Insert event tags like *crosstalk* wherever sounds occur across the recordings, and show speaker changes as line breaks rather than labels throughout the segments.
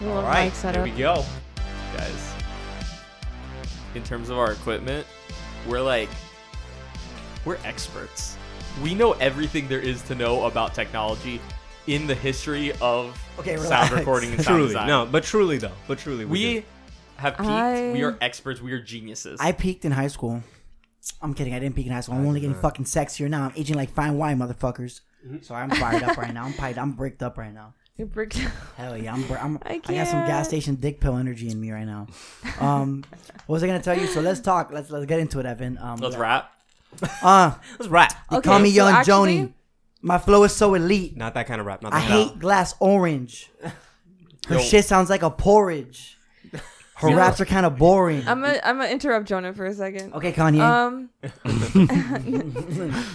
We
All
love
right,
mic
here
setup.
we go.
guys. In terms of our equipment, we're like, we're experts. We know everything there is to know about technology in the history of
Okay,
sound
relax.
*laughs*
recording and sound
Truly,
design.
no, but truly though, but truly,
we
do.
have peaked.
I-
We are experts. We are geniuses.
I peaked in high school. I'm kidding. I didn't peak in high school. I'm only getting fucking sexier now. I'm aging like fine wine, motherfuckers. So I'm fired up right now. I'm piped. I'm bricked up right now.
You bricked-
Hell yeah, I'm. br- I'm
I
I, got some
can't.
gas station dick pill energy in me right now. Um, what was I gonna tell you? So let's talk. Let's let's get into it, Evan. Um,
Let's rap.
Uh,
Let's rap.
you
Okay,
call me
so
Young
actually-
Joni. My flow is so elite.
Not that kind of rap. Not
I
that kind of-
hate glass orange. Her
Yo.
shit sounds like a porridge. Her
You know-
raps are kind of boring.
I'm gonna I'm gonna interrupt Jonah for a second.
okay, Kanye.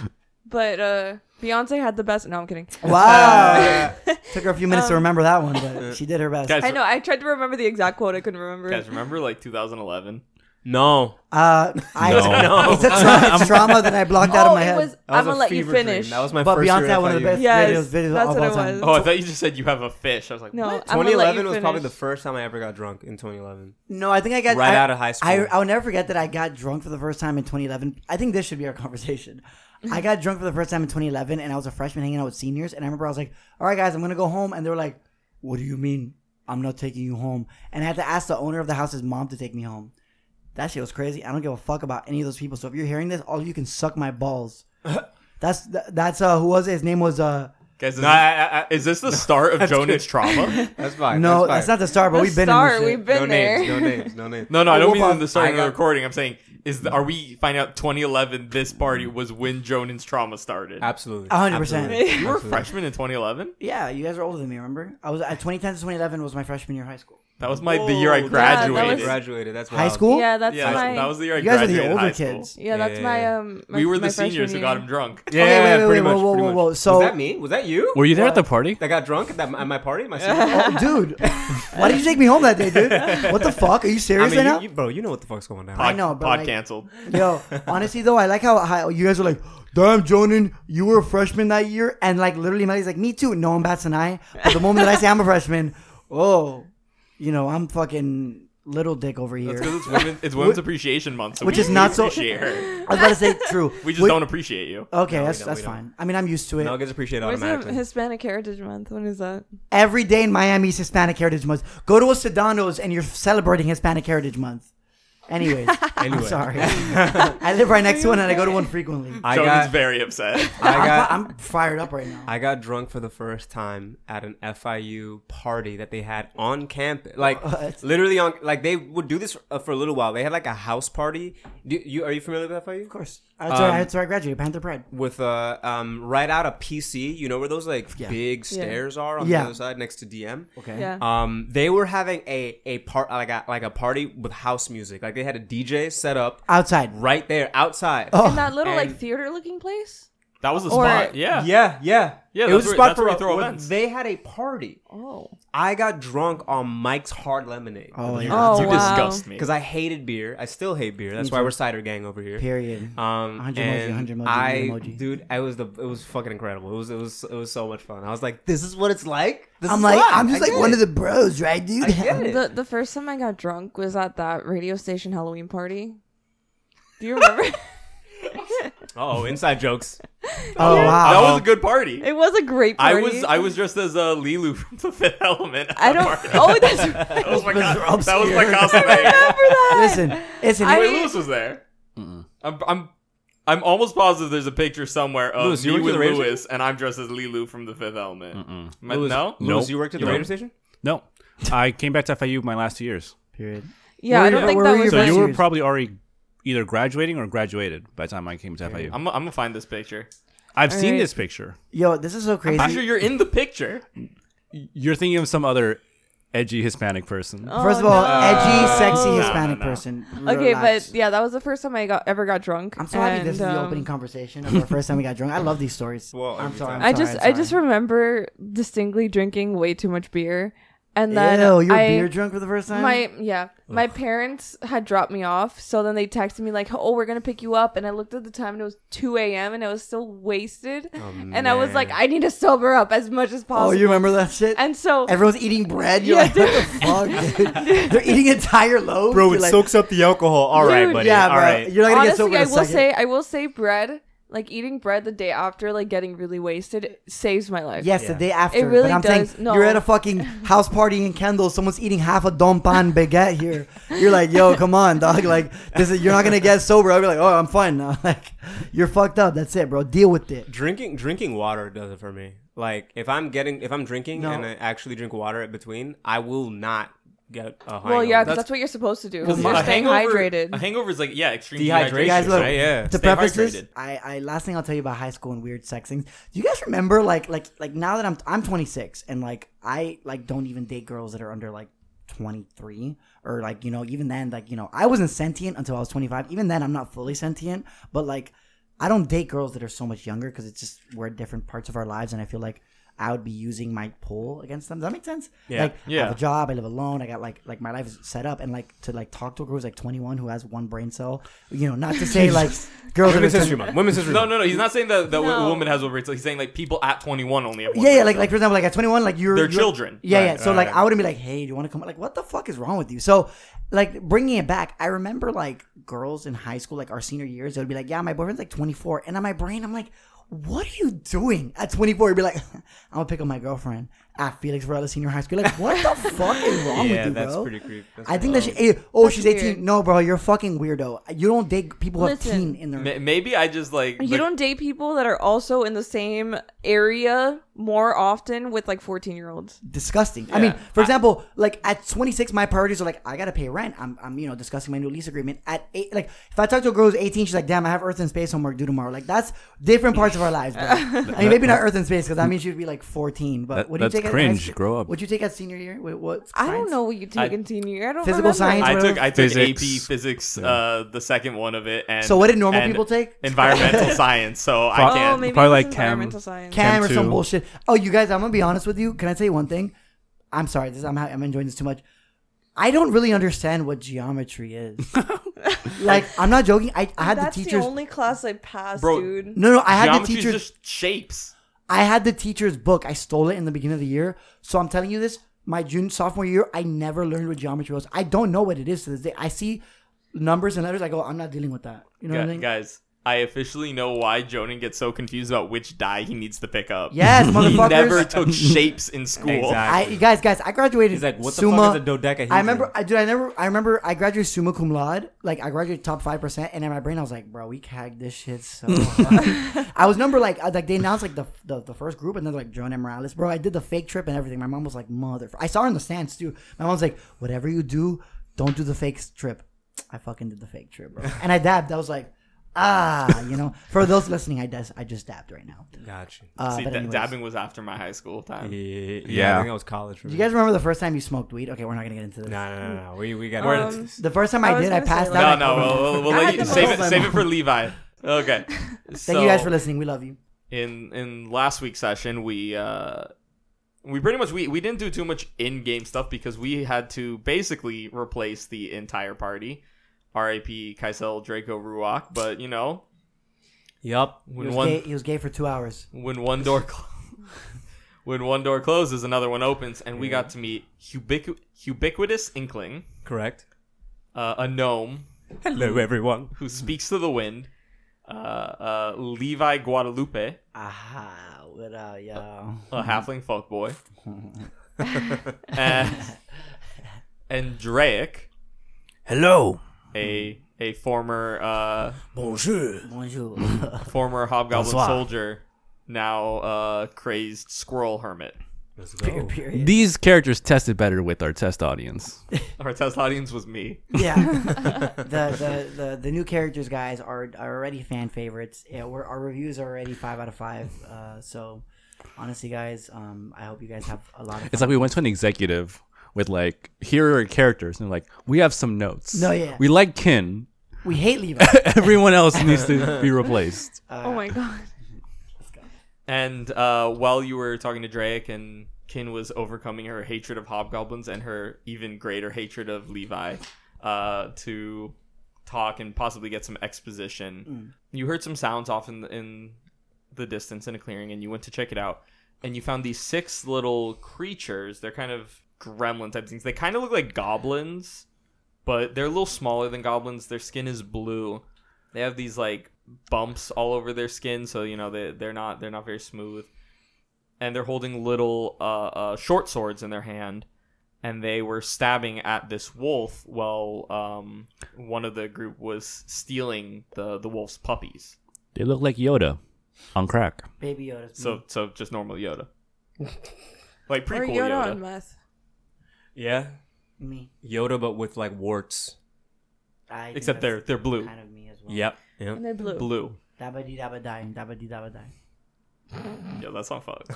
*laughs*
Um, but uh, Beyonce had the best. No, I'm kidding. um,
wow. Took her a few minutes to remember that
*laughs*
one, but she did her best.
Guys,
I know. I tried to remember the exact quote. I couldn't remember.
Guys,
it.
remember like 2011?
No,
Uh, I, *laughs*
*laughs* No.
It's a tra- it's trauma that I blocked out
oh,
of my
it
head.
was.
That was
I'm
a
gonna let you
fever dream.
finish.
That was my
but
first
Beyonce
year
had
at
one of the
FIU.
best
Yes,
videos, videos
that's
of
what
all
it
time.
was.
Oh, I thought you just said you have a fish. I was like,
No,
what?
I'm gonna let
2011
you
was
finish.
probably the first time I ever got drunk in 2011.
No, I think I got
Right
I-
out of high school.
I I'll never forget that I got drunk for the first time in 2011. I think this should be our conversation.
Mm-hmm.
I got drunk for the first time in 2011, and I was a freshman hanging out with seniors. And I remember I was like, "All right, guys, I'm gonna go home," and they were like, "What do you mean? I'm not taking you home?" And I had to ask the owner of the house's mom to take me home. That shit was crazy. I don't give a fuck about any of those people. So if you're hearing this, all you can suck
*laughs*
my balls. that's that's uh who was it? His name was uh
Guys, is, this, is this the start of Jonah's trauma?
That's fine.
no,
that's
that's not the star, but
The
we've been
star,
in this shit.
we've been
no
there.
names, no names, no names.
*laughs* No, no, I don't
Well,
mean
Oh, well,
in the start
I
of the
got-
recording. I'm saying is the, are we find out 2011 this party was when Jonan's trauma started.
Uh,
Absolutely,
A hundred percent.
Absolutely.
You were a
Absolutely.
freshman in 2011.
Yeah, you guys are older than me. Remember, I was at 2010 to 2011 was my freshman year of high school.
That was my the year I
Whoa.
that was-
graduated. Yeah,
Graduated. That's
High
wild.
school.
Yeah, that's
that was-
my.
that was the year I
You guys are the
graduated.
older
high school.
kids.
yeah, that's
Yeah,
my
yeah,
um. my-
We were
my
the seniors
freshman
who
year.
got him drunk.
Yeah,
Okay, wait, wait,
pretty
wait,
much.
whoa, whoa,
pretty
whoa,
much.
whoa. So-
was that me? Was that you?
Were you there at the party?
That got drunk at, that, at my party
*laughs*
myself.
Oh, dude, *laughs* why did you take me home that day, dude? What the fuck? Are you
I
serious
mean, you,
right
you, bro, you know what the fuck's going down.
Pod,
I know, but
pod
like-
canceled.
*laughs* now?
*laughs*
Yo, honestly though, I like how, how you guys are like, "Damn, Jonan, you were a freshman that year," and like literally, Melly's like, "Me too." No one bats an eye. But the moment that I say I'm a freshman, oh, you know, I'm fucking little dick over
That's
here.
because it's, women, it's Women's Appreciation Month, so
Which
we
is not so-
appreciate her.
I was about to say true.
We just
Wh-
don't appreciate you.
Okay,
No, we
that's
don't,
that's
we don't.
fine. I mean, I'm used to it.
Nuggets appreciate it
Where's the
automatically.
Hispanic Heritage Month? When is that?
Every day in Miami is Hispanic Heritage Month. Go to a Sedano's and you're celebrating Hispanic Heritage Month. Anyways, I'm
Anyway.
sorry. I live right next to one and I go to one frequently.
I
Jonan's
got,
very upset.
*laughs*
I got,
am fired up right now.
I got drunk for the first time at an FIU party that they had on campus. Like
What?
literally on, like they would do this uh, for a little while. They had like a house party. Do, you are you familiar with FIU? Of course.
That's where I- that's where I graduated, Panther Pride.
with uh um right out of PC. You know where those like
Yeah.
big
Yeah.
stairs are on
Yeah.
the other side next to DM.
Okay.
Yeah.
Um, they were having a a part like a like a party with house music. Like they had a DJ set up
Outside.
right there outside.
Oh.
In that little like
and-
theater looking place.
That was the
Or-
spot. Yeah.
Yeah, yeah,
Yeah,
It was a
that's where-
spot
that's where
for
we throw
well,
events.
They had a party.
Oh.
I got drunk on Mike's Hard Lemonade.
Oh, yeah.
Oh
you
wow.
disgust me.
Because I hated beer. I still hate beer. That's why we're cider gang over here.
Period.
Um,
100 emoji,
and
100 emoji,
I,
100 emoji.
dude, I was the, it was fucking incredible. It was, it was, it was so much fun. I was like, this is what it's like. This
I'm
is
like,
life.
I'm just
I
like
get
one
it.
of the bros, right, dude?
I get it.
The the first time I got drunk was at that radio station Halloween party. Do you
*laughs*
remember?
Oh, inside jokes.
*laughs* oh, wow.
*laughs*
that was a good party.
it was a great
I
party.
was I was dressed as uh, Lilu from The Fifth Element. at
I
*laughs* that
don't.
party.
Oh, that's right.
That
*laughs*
was my,
Those
co-
were
that was my
obscure.
*laughs*
*laughs*
cosplay.
Remember that?
Listen, listen.
I-
Wait, Lewis was there. I'm, I'm, I'm almost positive there's a picture somewhere of
Lewis, you went
me
to
with
the radio
Lewis, and I'm dressed as Lilu from The Fifth Element. My- no,
Lewis, mm.
Nope.
you worked at the
Nope.
radio station?
No, I came back to FIU my last two years.
period.
Yeah,
Where
I
were-
don't think
where
that
were
was.
your
So
Like,
you
Last
were
years.
probably already either graduating or graduated by the time I came to FIU.
I'm, I'm gonna find this picture.
i have seen
Alright.
this picture.
Yo, this is so crazy.
I'm sure you're in the picture.
You're thinking of some other edgy Hispanic person.
Oh,
First of all,
no.
Uh,
edgy, sexy
No, no,
Hispanic
no.
person.
Okay,
Relax.
but yeah, that was the first time I got ever got drunk.
I'm so happy this is
and,
the
um,
opening conversation of our first time we got drunk. I love these stories.
*laughs* Well,
I'm
every
sorry.
time.
I'm
I
sorry,
just
I'm
I just
sorry.
remember distinctly drinking way too much beer and then
Ew, you were
I
beer drunk for the first time.
my yeah my parents had dropped me off, so then they texted me like, "Oh, we're gonna pick you up," and I looked at the time and it was two a.m. and I was still wasted, and I was like, "I need to sober up as much as
oh,
possible."
you remember that shit?
and so
Everyone's eating bread. You're like, what
*laughs*
the fuck, dude? They're eating entire loaves.
Bro,
You're
it
like,
soaks up the alcohol. All right,
Dude,
buddy.
Yeah,
All
bro.
right.
You're not gonna get sober
honestly,
in
I
a
will
second.
say, I will say, bread, like eating bread the day after, like getting really wasted, it saves my life.
Yes, the
Yeah.
day after.
It really
but I'm
does.
Saying,
No.
You're at a fucking house party in Kendall. Someone's eating half a don pan baguette here. You're like, yo, come on, dog. Like, this is you're not gonna get sober. I'll be like, oh, I'm fine now. *laughs* Like, you're fucked up. That's it, bro. Deal with it.
Drinking drinking water does it for me. Like if I'm getting if I'm drinking
No.
and I actually drink water in between, I will not get a hangover.
Well, yeah, 'cause
That's-
that's, what you're supposed to do.
Because
You're
a
staying
hangover- A
hydrated.
hangover is like yeah, extreme
Dehydration,
dehydration.
Guys, look,
right? Yeah. Stay
to preface this,
hydrated.
I, I last thing I'll tell you about high school and weird sex things. Do you guys remember like like like now that I'm I'm 26 and like I like don't even date girls that are under like 23 or like you know even then like you know I wasn't sentient until I was 25. Even then I'm not fully sentient, but like I don't date girls that are so much younger because it's just we're at different parts of our lives and I feel like I would be using my pull against them. Does that make sense?
Yeah.
Like I
Yeah.
have a job, I live alone, I got like like my life is set up and like to like talk to a girl who's like 21 who has one brain cell. You know, not to say like girls that are
Women's
20
History Month. Women's History
No,
Month.
no, no. He's not saying that that
No.
a woman has ovarian. He's saying like people at 21 only have. One
Yeah, yeah,
breast.
like like for example, like at 21, like you're
They're
you're-
children.
Yeah, yeah.
Right,
So
right,
like
right.
I wouldn't be like, hey, do you want to come? Like, what the fuck is wrong with you? So like bringing it back, I remember like girls in high school, like our senior years, they would be like, yeah, my boyfriend's like 24, and on my brain, I'm like. What are you doing at 24? You'd be like, *laughs* I'm gonna pick up my girlfriend at Felix Varela Senior High School. You're like, what
*laughs*
the fuck is wrong with
Yeah,
you,
that's
bro?
pretty creepy. That's
I think that
pretty
she. eh, Oh,
That's
she's 18.
weird.
No, bro, you're a fucking weirdo. You don't date people who have
Listen.
teen in their.
Ma- Maybe I just like
You
the-
don't date people that are also in the same area more often with like 14 year olds.
disgusting. I mean,
Yeah.
for example, like at 26, my priorities are like I gotta pay rent. I'm, I'm you know discussing my new lease agreement. At eight, like if I talk to a girl who's 18, she's like, damn, I have Earth and Space homework due tomorrow. Like that's different parts of our
*laughs*
lives. Bro. I mean, maybe not Earth and Space because I mean she'd be like 14. But
That-
what do you
that's
take? at-
cringe.
At,
Grow up.
What you take at senior year? What? what
I don't
science?
know what you take
I-
in teen year. I don't
Physical
remember.
science?
I took I took
Physics.
AP physics, uh, the second one of it, and
So what did normal
and
people take? *laughs*
Environmental science. So I
Fuck.
Oh,
can't.
maybe
Probably
it was
like chem-
environmental science.
Cam or
Chem
some
two.
bullshit. Oh, you guys, I'm gonna be honest with you. Can I tell you one thing? I'm sorry. This I'm ha- I'm enjoying this too much. I don't really understand what geometry
*laughs*
is. like I'm not joking. I, I had
That's
the
the,
teachers.
only class I passed,
Bro,
dude.
No, no, I had the
Geometry's
teacher's.
just shapes.
I had the teacher's book. I stole it in the beginning of the year. So I'm telling you this. My June sophomore year, I never learned what geometry was. I don't know what it is to this day. I see numbers and letters. I go, I'm not dealing with that. You know what I
Gu-
mean?
Guys, I officially know why Jonan gets so confused about which die he needs to pick up.
Yes,
*laughs* he
motherfuckers.
*laughs*
never took shapes in school.
Exactly.
I, you guys, guys, I graduated.
He's like, what the
summa,
fuck is a dodecahedron?
I remember, I, dude, I never, I remember, I graduated summa cum laude. Like, I graduated top five percent, and in my brain, I was like, bro, we cagged this
*laughs*
shit so. hard. I was number like, uh, like they announced like the, the the first group, and then like Jonah Morales, bro. I did the fake trip and everything. My mom was like, mother. I saw her in the stands too. My mom's like, whatever you do, don't do the fake trip. I fucking did the fake trip, bro. And I dabbed. I was like, ah, you know. For those listening, I just I just dabbed right now.
Gotcha.
Uh,
See,
but
da-
anyways.
dabbing was after my high school time.
yeah, yeah,
Yeah.
I think that was college for
Do
me.
you guys remember the first time you smoked weed? Okay, we're not gonna get into this.
no, no, no, no. We we got
Um,
The first time I,
I was
did, I
gonna say,
passed
No,
out.
no, we'll, we'll, we'll let
had
you
the
save it.
most-
Save it for Levi. Okay. Thank
*laughs* Thank you guys for listening. We love you.
in in last week's session we uh we pretty much we, we didn't do too much in game stuff because we had to basically replace the entire party. R.I.P. Kaisel Draco Ruach, but you know
Yup.
He
when
was,
one
gay, he was gay for two hours.
when one door cl- when one door closes another one opens and we got to meet ubiqu- ubiquitous Inkling,
Correct.
uh, a gnome
Hello, everyone.
who speaks to the wind, uh, uh, Levi Guadalupe,
Aha, what up, y'all?
a halfling folk boy, *laughs* and, and Drake,
Hello.
a a former uh,
Bonjour.
*laughs* Bonjour.
former hobgoblin
Bonsoir.
soldier, now uh, crazed squirrel hermit.
Let's go.
*laughs* Period.
These characters tested better with our test audience.
Our test audience was me.
*laughs* Yeah. the, the the the new characters guys are are already fan favorites. Yeah, we're, our reviews are already five out of five. Uh, so honestly, guys, um, I hope you guys have a lot of. Fun.
It's like we went to an executive with like, here are characters, and like, we have some notes.
No, yeah.
We like Kin.
we
*laughs*
hate Levi.
*laughs* Everyone else needs to
*laughs*
be replaced.
oh my god.
And uh, while you were talking to Drake and Kin was overcoming her hatred of hobgoblins and her even greater hatred of Levi uh, to talk and possibly get some exposition. You heard some sounds off in the, in the distance in a clearing, and you went to check it out, and you found these six little creatures. They're kind of gremlin type things. They kind of look like goblins, but they're a little smaller than goblins. Their skin is blue. They have these like bumps all over their skin, so you know they they're not they're not very smooth. And they're holding little uh, uh, short swords in their hand, and they were stabbing at this wolf while um, one of the group was stealing the the wolf's puppies.
They look like Yoda on crack.
Baby Yoda.
So so just normal *laughs* Yoda, like
Or
prequel
Yoda
Yoda.
on meth.
Yeah,
me.
Yoda, but with like warts.
I think
Except
that's
they're- they're blue.
Kind of me as well.
Yep. Yep.
And they're blue.
Blue.
Dabba dee dabba die. Dabba dee dabba die.
Yo, that song *laughs* fucked.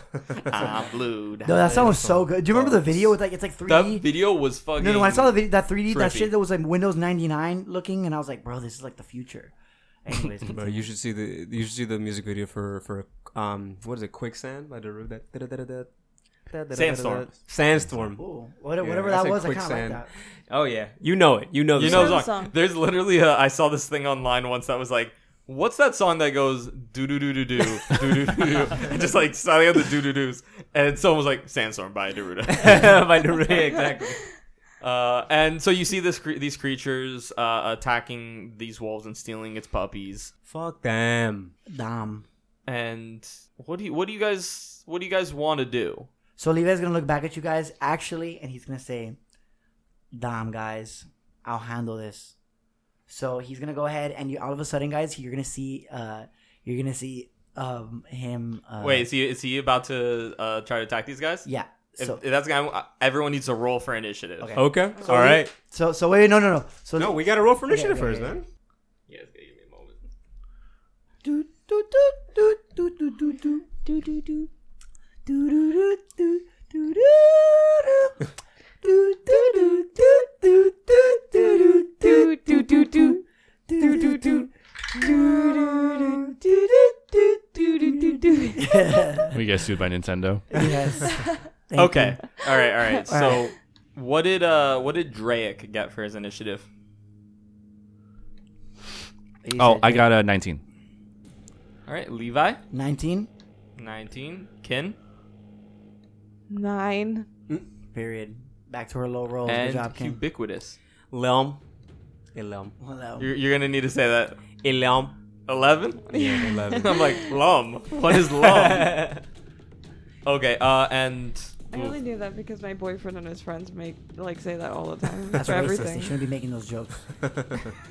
I'm blue.
No, that sound was so good. Do you remember the video with like it's like three
That
D?
video was fucking.
No, no. When I saw the video, that three D, that
trippy.
shit that was like Windows ninety nine looking, and I was like, bro, this is like the future.
*laughs*
Anyways,
Bro, you should see the you should see the music video for for um what is it quicksand by Daru that
Sandstorm.
sandstorm.
Ooh, what-
Yeah,
whatever
I
that
said
was, I kind of like
quicksand.
that.
Oh yeah, you know it. You know the
You know
song.
the song.
song.
There's literally a, I saw this thing online once that was like, what's that song that goes do do do do do do do do do, just like starting out the do do do's, and someone was like Sandstorm by Deruda.
by
*laughs*
Daru, yeah, exactly.
Uh, and so you see this cre- these creatures uh, attacking these wolves and stealing its puppies.
Fuck them.
Damn.
And what do you what do you guys what do you guys want to do?
So Levi's gonna look back at you guys actually, and he's gonna say, "Damn, guys, I'll handle this." So he's gonna go ahead, and you all of a sudden, guys, you're gonna see, uh, you're gonna see um him. Uh,
Wait, is he is he about to uh, try to attack these guys?
yeah.
If,
So
if that's the guy. Everyone needs to roll for initiative.
Okay.
Okay. All right.
so so wait, no, no, no. So
No, we gotta roll for initiative
yeah,
first,
yeah.
man.
Yeah, it's gonna give me a moment.
do do do do do do do do do do do do do do do do do. Do, do, do, do, do, do, do, do, do, do, do. Do, do, do.
We get sued by Nintendo.
Yes. Thank
okay. All right. All right.
All
So, what did uh what did Drake get for his initiative?
you. You
Oh,
said
I got a 19.
All right, Levi,
19.
nineteen. Kin
Nine.
Period. Back to her low rolls. Good
and
job, King.
ubiquitous.
Elm. Elm.
Hello.
You're, you're gonna need to say that.
Elm.
Eleven. *laughs*
Yeah, eleven.
I'm like lum. What is lum?
*laughs*
okay. Uh, and
I only do that because my boyfriend and his friends make like say that all the time
That's
for
racist.
everything.
They shouldn't be making those jokes.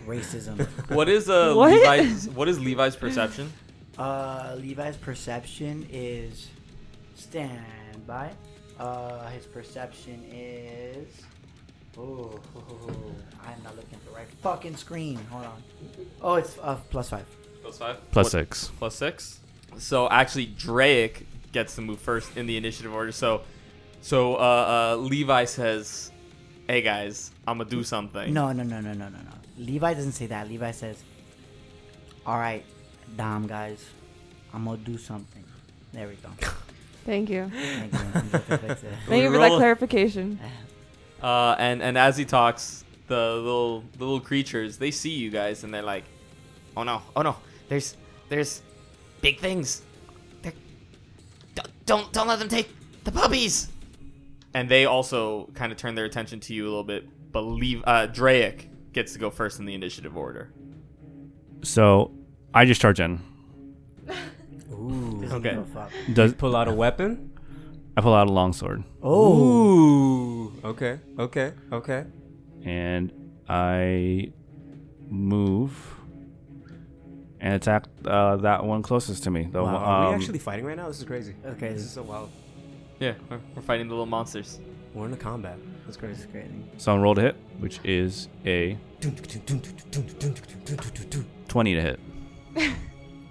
Racism.
what is uh
What?
Levi's what is Levi's perception?
Uh, Levi's perception is stand by. Uh, his perception is. Oh, I'm not looking at the right fucking screen. Hold on. Oh, it's uh, plus five.
Plus five.
Plus
What-
six.
plus six. So actually, Drake gets to move first in the initiative order. So, so uh, uh, Levi says, "Hey guys, I'm gonna do something."
No, no, no, no, no, no, no. Levi doesn't say that. Levi says, "All right, damn guys, I'm gonna do something."
*laughs*
There we go.
Thank you.
Thank you. I'm just gonna fix it.
Thank you for that
Roll.
clarification.
Uh, and and as he talks, the little the little creatures they see you guys and they're like, "Oh no, oh no, there's there's big things. They're, don't- don't don't let them take the puppies." And they also kind of turn their attention to you a little bit. But Lev- uh, Drake gets to go first in the initiative order.
So I just charge in.
Ooh.
This
Okay.
little fuck.
Does
Pull out a weapon.
I pull out a longsword
Oh,
Ooh. Okay. Okay. Okay.
and I move and attack uh, that one closest to me. The one-
Are we
um,
actually fighting right now? This is crazy.
Okay.
This is so wild.
Yeah, we're, we're fighting the little monsters.
We're in a combat. That's
this
crazy.
is crazy.
so I rolled a hit, which is a 20 to hit.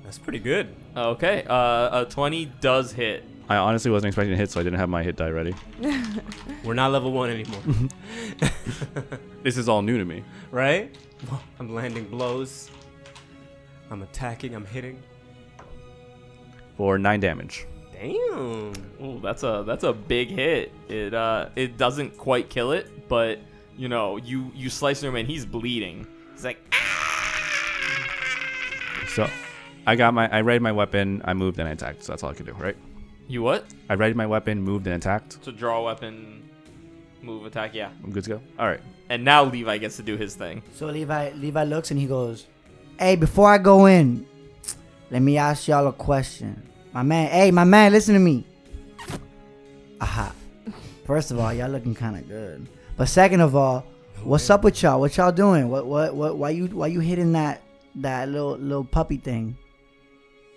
That's pretty good.
Okay, uh, a 20 does hit.
I honestly wasn't expecting a hit, so I didn't have my hit die ready.
We're not level one *laughs* anymore,
This is all new to me.
right? I'm landing blows. I'm attacking. I'm hitting.
For nine damage.
Damn.
Ooh, that's a that's a big hit. It uh it doesn't quite kill it, but you know, you you slice him and he's bleeding. He's like "Ah!"
So I got my I readied my weapon, I moved and I attacked. So that's all I could do, right?
You what?
I readied my weapon, moved and attacked.
So draw a weapon, move, attack, yeah.
I'm good to go. All right.
And now Levi gets to do his thing.
So Levi Levi looks and he goes, "Hey, before I go in, let me ask y'all a question, my man. Hey, my man, listen to me. Aha. First of all, y'all looking kind of good. But second of all, what's up with y'all? What y'all doing? What what what? Why you why you hitting that that little little puppy thing?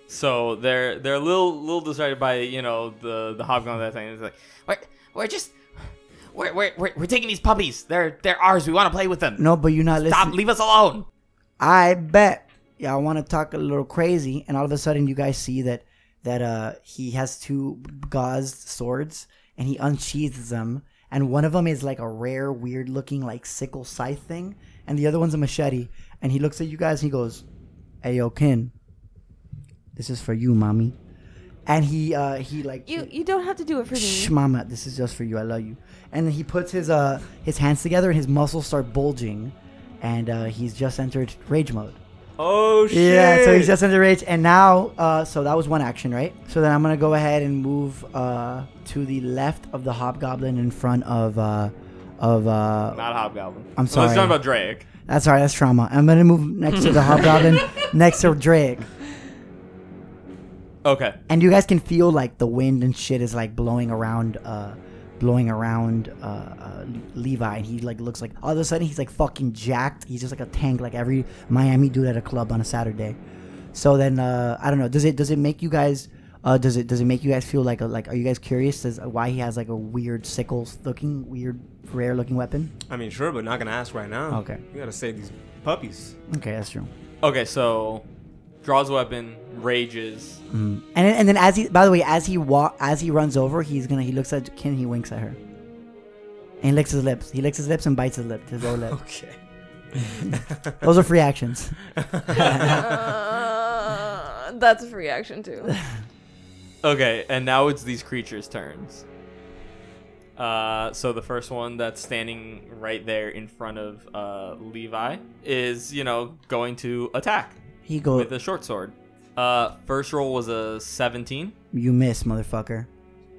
So they're they're a little little distracted by, you know, the the hobgoblin that thing. It's like, we're, we're just we're, we're, we're, we're taking these puppies. They're they're ours. We want to play with them.
No, but you're not
Stop,
listening.
leave us alone.
I bet y'all want to talk a little crazy, and all of a sudden you guys see that that uh he has two gauze swords, and he unsheathes them, and one of them is like a rare, weird looking like sickle scythe thing, and the other one's a machete, and he looks at you guys and he goes, "Hey, yo, Ken, this is for you, mommy," and he uh he like
You you don't have to do it for
Shh,
me.
mama, this is just for you. I love you. And then he puts his uh his hands together and his muscles start bulging, and uh, he's just entered rage mode.
Oh shit.
Yeah, so he's just entered rage, and now uh, so that was one action, right? So then I'm gonna go ahead and move uh to the left of the hobgoblin in front of uh of uh
Not hobgoblin.
I'm
Let's
sorry.
talk about Drake.
that's all right, that's trauma. I'm gonna move next to the hobgoblin next to Drake.
Okay.
and you guys can feel like the wind and shit is like blowing around uh blowing around uh, uh levi and he like looks like all of a sudden he's like fucking jacked he's just like a tank like every miami dude at a club on a saturday so then uh i don't know does it does it make you guys uh does it does it make you guys feel like a, like are you guys curious as uh, why he has like a weird sickle looking weird rare looking weapon
I mean, sure, but not gonna ask right now.
Okay.
You gotta save these puppies.
okay that's true
Okay, so draws weapon, rages.
Mm. and then, and then as he by the way as he walk as he runs over he's gonna he looks at Ken he winks at her and he licks his lips he licks his lips and bites his lip his
*laughs*
lower lip
Okay.
those are free actions
Uh, that's a free action too.
Okay, and now it's these creatures' turns. Uh, so the first one that's standing right there in front of uh, Levi is, you know, going to attack
he goes
with a short sword. Uh, first roll was a 17.
you miss motherfucker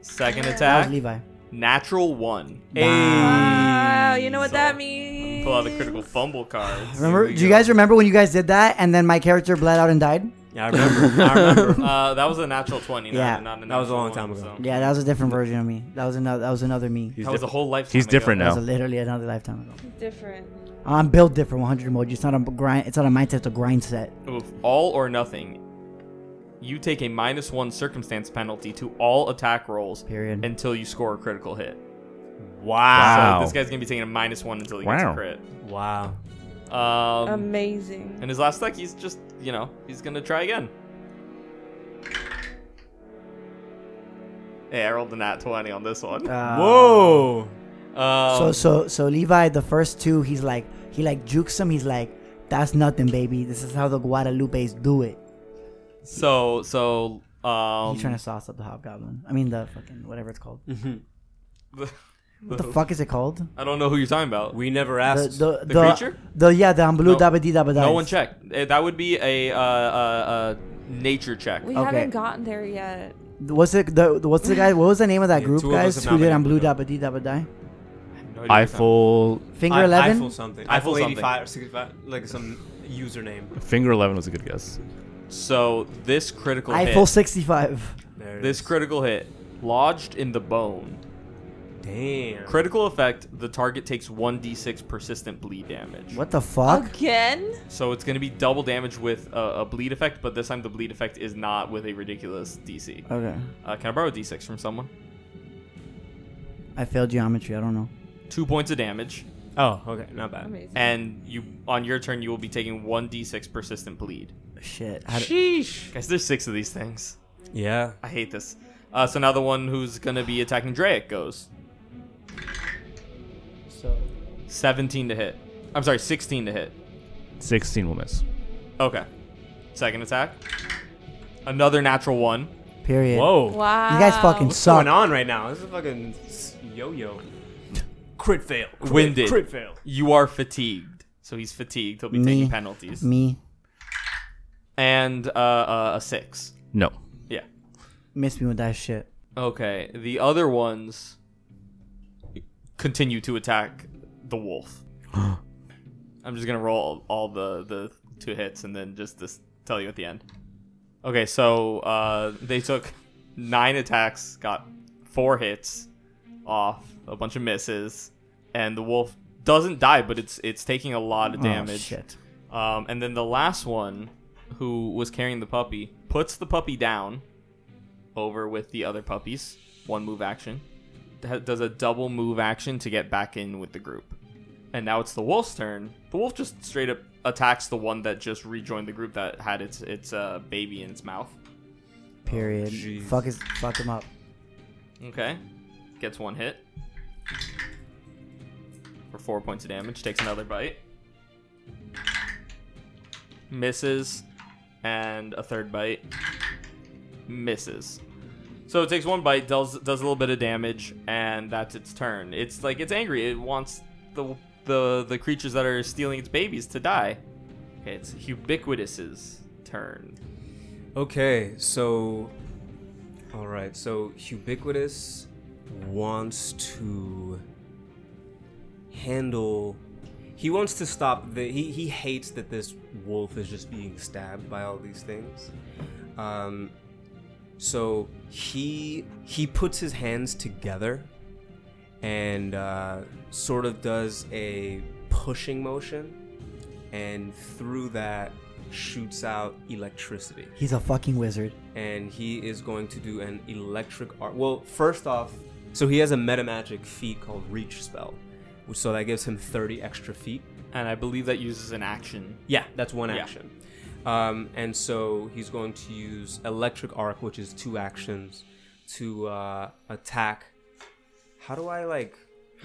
Second
that was
attack,
Levi
natural one.
Wow, Uh, you know what that
So,
means.
Pull out the critical fumble cards.
*laughs* remember
we
do you
go.
guys remember when you guys did that and then my character bled out and died
Yeah, I remember. I *laughs* remember.
Uh, that was a natural 20. Not,
Yeah.
not a
That was a
natural
long time
one,
ago.
so-
yeah that was a different version of me that was another that was another me
He's
That was a
diff-
whole lifetime.
He's
ago.
different
that was
now.
literally another lifetime ago
Different.
I'm built different 100 emojis it's not a grind it's not a mindset it's a grind set
Oof. All or nothing. You take a minus one circumstance penalty to all attack rolls
Period.
until you score a critical hit.
Wow.
So this guy's gonna be taking a minus one until he
Wow.
gets
Wow.
a crit. Um,
Amazing.
and his last attack, he's just you know he's gonna try again. Hey, I rolled a nat twenty on this one.
Uh,
Whoa.
Um,
Oh.
So so so Levi, the first two, he's like he like jukes him. He's like, that's nothing, baby. This is how the Guadalupe's do it.
so so um.
he's trying to sauce up the hobgoblin. I mean the fucking whatever
*laughs*
it's called.
the,
What the fuck is it called?
*laughs* I don't know who you're talking about.
We never
The
asked.
the,
The
the-
creature?
The yeah the ambulu
No.
dabba dee dabba
no
dies.
one checked. Eh, That would be a uh, uh, uh, nature check.
We
Okay.
haven't gotten there yet.
What's it? The the- what's the guy? What was the name of that
Yeah,
group,
two of us
guys?
have
Who
not
did
been able
ambulu
to know.
dabba dee dabba die?
No idea what you're talking
Eiffel
Finger
I,
eleven.
Eiffel something.
Eiffel
Eiffel
something.
85 or 65. Like some username.
Finger eleven was a good guess.
So this critical
Eiffel
hit,
sixty five.
There it
this
is.
critical hit, lodged in the bone.
Damn.
Critical effect: the target takes 1d6 persistent bleed damage.
What the fuck?
Again?
So it's going to be double damage with a, a bleed effect, but this time the bleed effect is not with a ridiculous DC.
Okay,
Uh, can I borrow a d6 from someone?
I failed geometry. I don't know.
Two points of damage,
Oh, okay. Not bad.
Amazing.
and you on your turn you will be taking 1d6 persistent bleed.
Shit. How do-
Sheesh.
Guys, there's six of these things.
Yeah.
I hate this. Uh, so now the one who's going to be attacking Drake goes
so
17 to hit. I'm sorry, 16 to hit.
Sixteen will miss.
Okay. Second attack. Another natural one.
Period.
Whoa.
Wow.
You guys fucking
What's
suck.
going on right now? This is a fucking s- yo-yo. Crit fail. Crit,
Winded.
Crit fail.
You are fatigued. So he's fatigued. He'll be
Me.
taking penalties.
Me,
And uh, uh, a six.
No.
Yeah.
miss me with that shit.
Okay. The other ones continue to attack the
*gasps*
wolf. I'm just gonna roll all the the two hits and then just this tell you at the end. Okay, so uh, they took nine attacks, got four hits off, a bunch of misses, and the wolf doesn't die, but it's it's taking a lot of damage.
Oh, shit.
Um, and then the last one, who was carrying the puppy, puts the puppy down over with the other puppies. One move action. Ha- Does a double move action to get back in with the group. And now it's the wolf's turn. The wolf just straight up attacks the one that just rejoined the group that had its its uh, baby in its mouth.
Period.
jeez.
fuck his, fuck him up.
Okay. Gets one hit. For four points of damage. Takes another bite. Misses. And a third bite. Misses. So it takes one bite, does does a little bit of damage, and that's its turn. It's like it's angry. It wants the the the creatures that are stealing its babies to die. Okay, it's ubiquitous's turn.
Okay, so. All right, so Ubiquitous wants to handle. He wants to stop the. He, he hates that this wolf is just being stabbed by all these things. Um, so he he puts his hands together and uh, sort of does a pushing motion, and through that shoots out electricity
He's a fucking wizard.
and he is going to do an electric art. Well, first off, so he has a metamagic feat called Reach Spell, which- so that gives him 30 extra feet.
And I believe that uses an action.
Yeah, that's one
Yeah.
action. Um, and so he's going to use Electric Arc, which is two actions, to uh, attack. How do I like?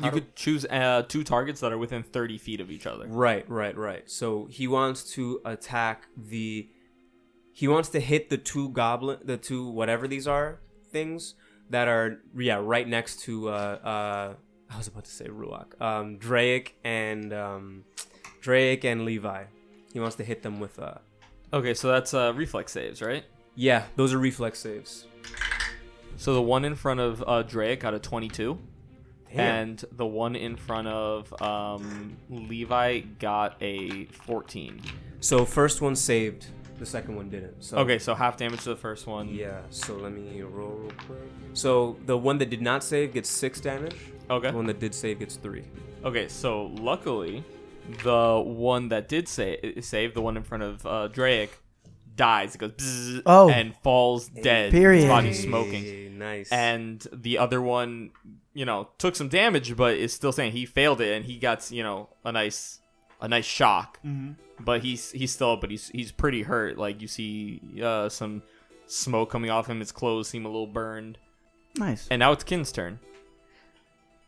You could choose uh, two targets that are within 30 feet of each other.
Right, right, right. So he wants to attack the. He wants to hit the two goblin, the two whatever these are things that are yeah right next to. Uh, uh, I was about to say Ruach, um, Drake and um, Drake and Levi. He wants to hit them with. Uh,
Okay, so that's uh, reflex saves, right?
yeah, those are reflex saves.
So the one in front of uh, Drake got a 22,
Damn.
and the one in front of um, Levi got a 14.
so first one saved, the second one didn't. So
Okay, so half damage to the first one.
Yeah. So let me roll real quick. So the one that did not save gets six damage.
Okay.
The one that did save gets three.
Okay, so luckily, the one that did sa- save, the one in front of uh, Drake, dies. It goes bzzz,
Oh.
and falls dead.
Period.
His body's smoking.
Hey, nice.
and the other one, you know, took some damage, but is still saying he failed it, and he got you know a nice, a nice shock. But he's he's still, but he's he's pretty hurt. Like you see uh, some smoke coming off him. His clothes seem a little burned.
Nice.
And now it's Kin's turn.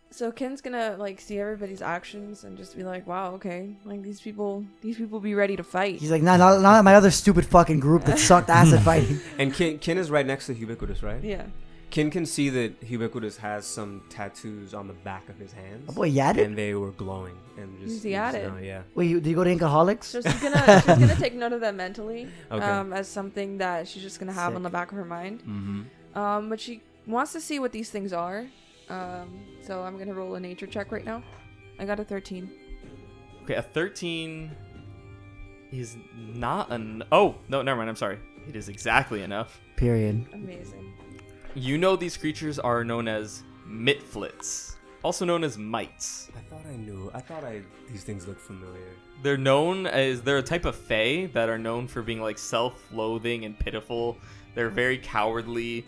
So Ken's gonna like see everybody's actions and just be like, "Wow, okay, like these people, these people be ready to fight."
He's like, nah, not, not my other stupid fucking group that sucked ass at fighting.
and Kin, Kin is right next to Ubiquitous, right?
yeah.
Kin can see that Ubiquitous has some tattoos on the back of his hands.
Oh boy, Yadid?
And they were glowing. And just,
He's the
you just
added.
know, yeah.
Wait, you, did you go to Inkaholics?
So she's gonna she's gonna take note of that
*laughs*
mentally,
Okay.
um, as something that she's just gonna have on
Sick.
the back of her mind.
Mm-hmm.
Um, but she wants to see what these things are. Um, so I'm gonna roll a nature check right now. I got a 13.
Okay, a thirteen is not an. Oh no, never mind. I'm sorry. It is exactly enough.
Period.
Amazing.
You know these creatures are known as mitflits, also known as mites.
I thought I knew. I thought I these things looked familiar.
They're known as they're a type of fae that are known for being like self-loathing and pitiful. They're very cowardly,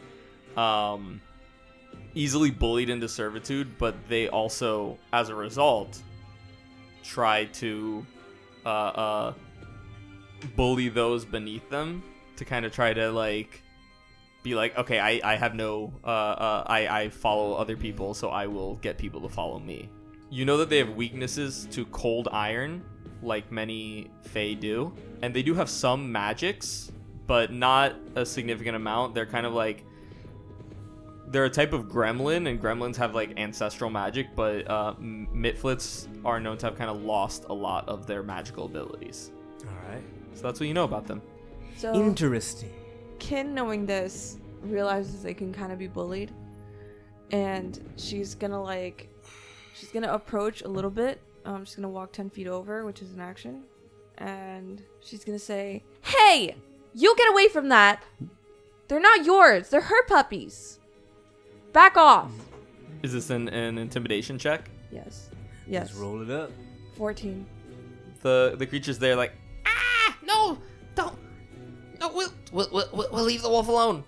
um, easily bullied into servitude, but they also, as a result, try to uh, uh, bully those beneath them to kind of try to like be like, okay, I, I have no, uh, uh, I I follow other people, so I will get people to follow me. You know that they have weaknesses to cold iron, like many Fae do, and they do have some magics, but not a significant amount. They're kind of like they're a type of gremlin, and gremlins have like ancestral magic, but uh, m- mitflits are known to have kind of lost a lot of their magical abilities.
All right.
So that's what you know about them.
So
Interesting.
Kin, knowing this, realizes they can kind of be bullied, and she's gonna like, she's gonna approach a little bit. Um, she's gonna walk ten feet over, which is an action, and she's gonna say, "Hey, you get away from that! They're not yours. They're her puppies. Back off!"
Is this an, an intimidation check?
Yes, yes.
Let's roll it up.
Fourteen.
The the creatures there like
Ah, no, don't. No, we'll, we'll, we'll, we'll leave the wolf alone.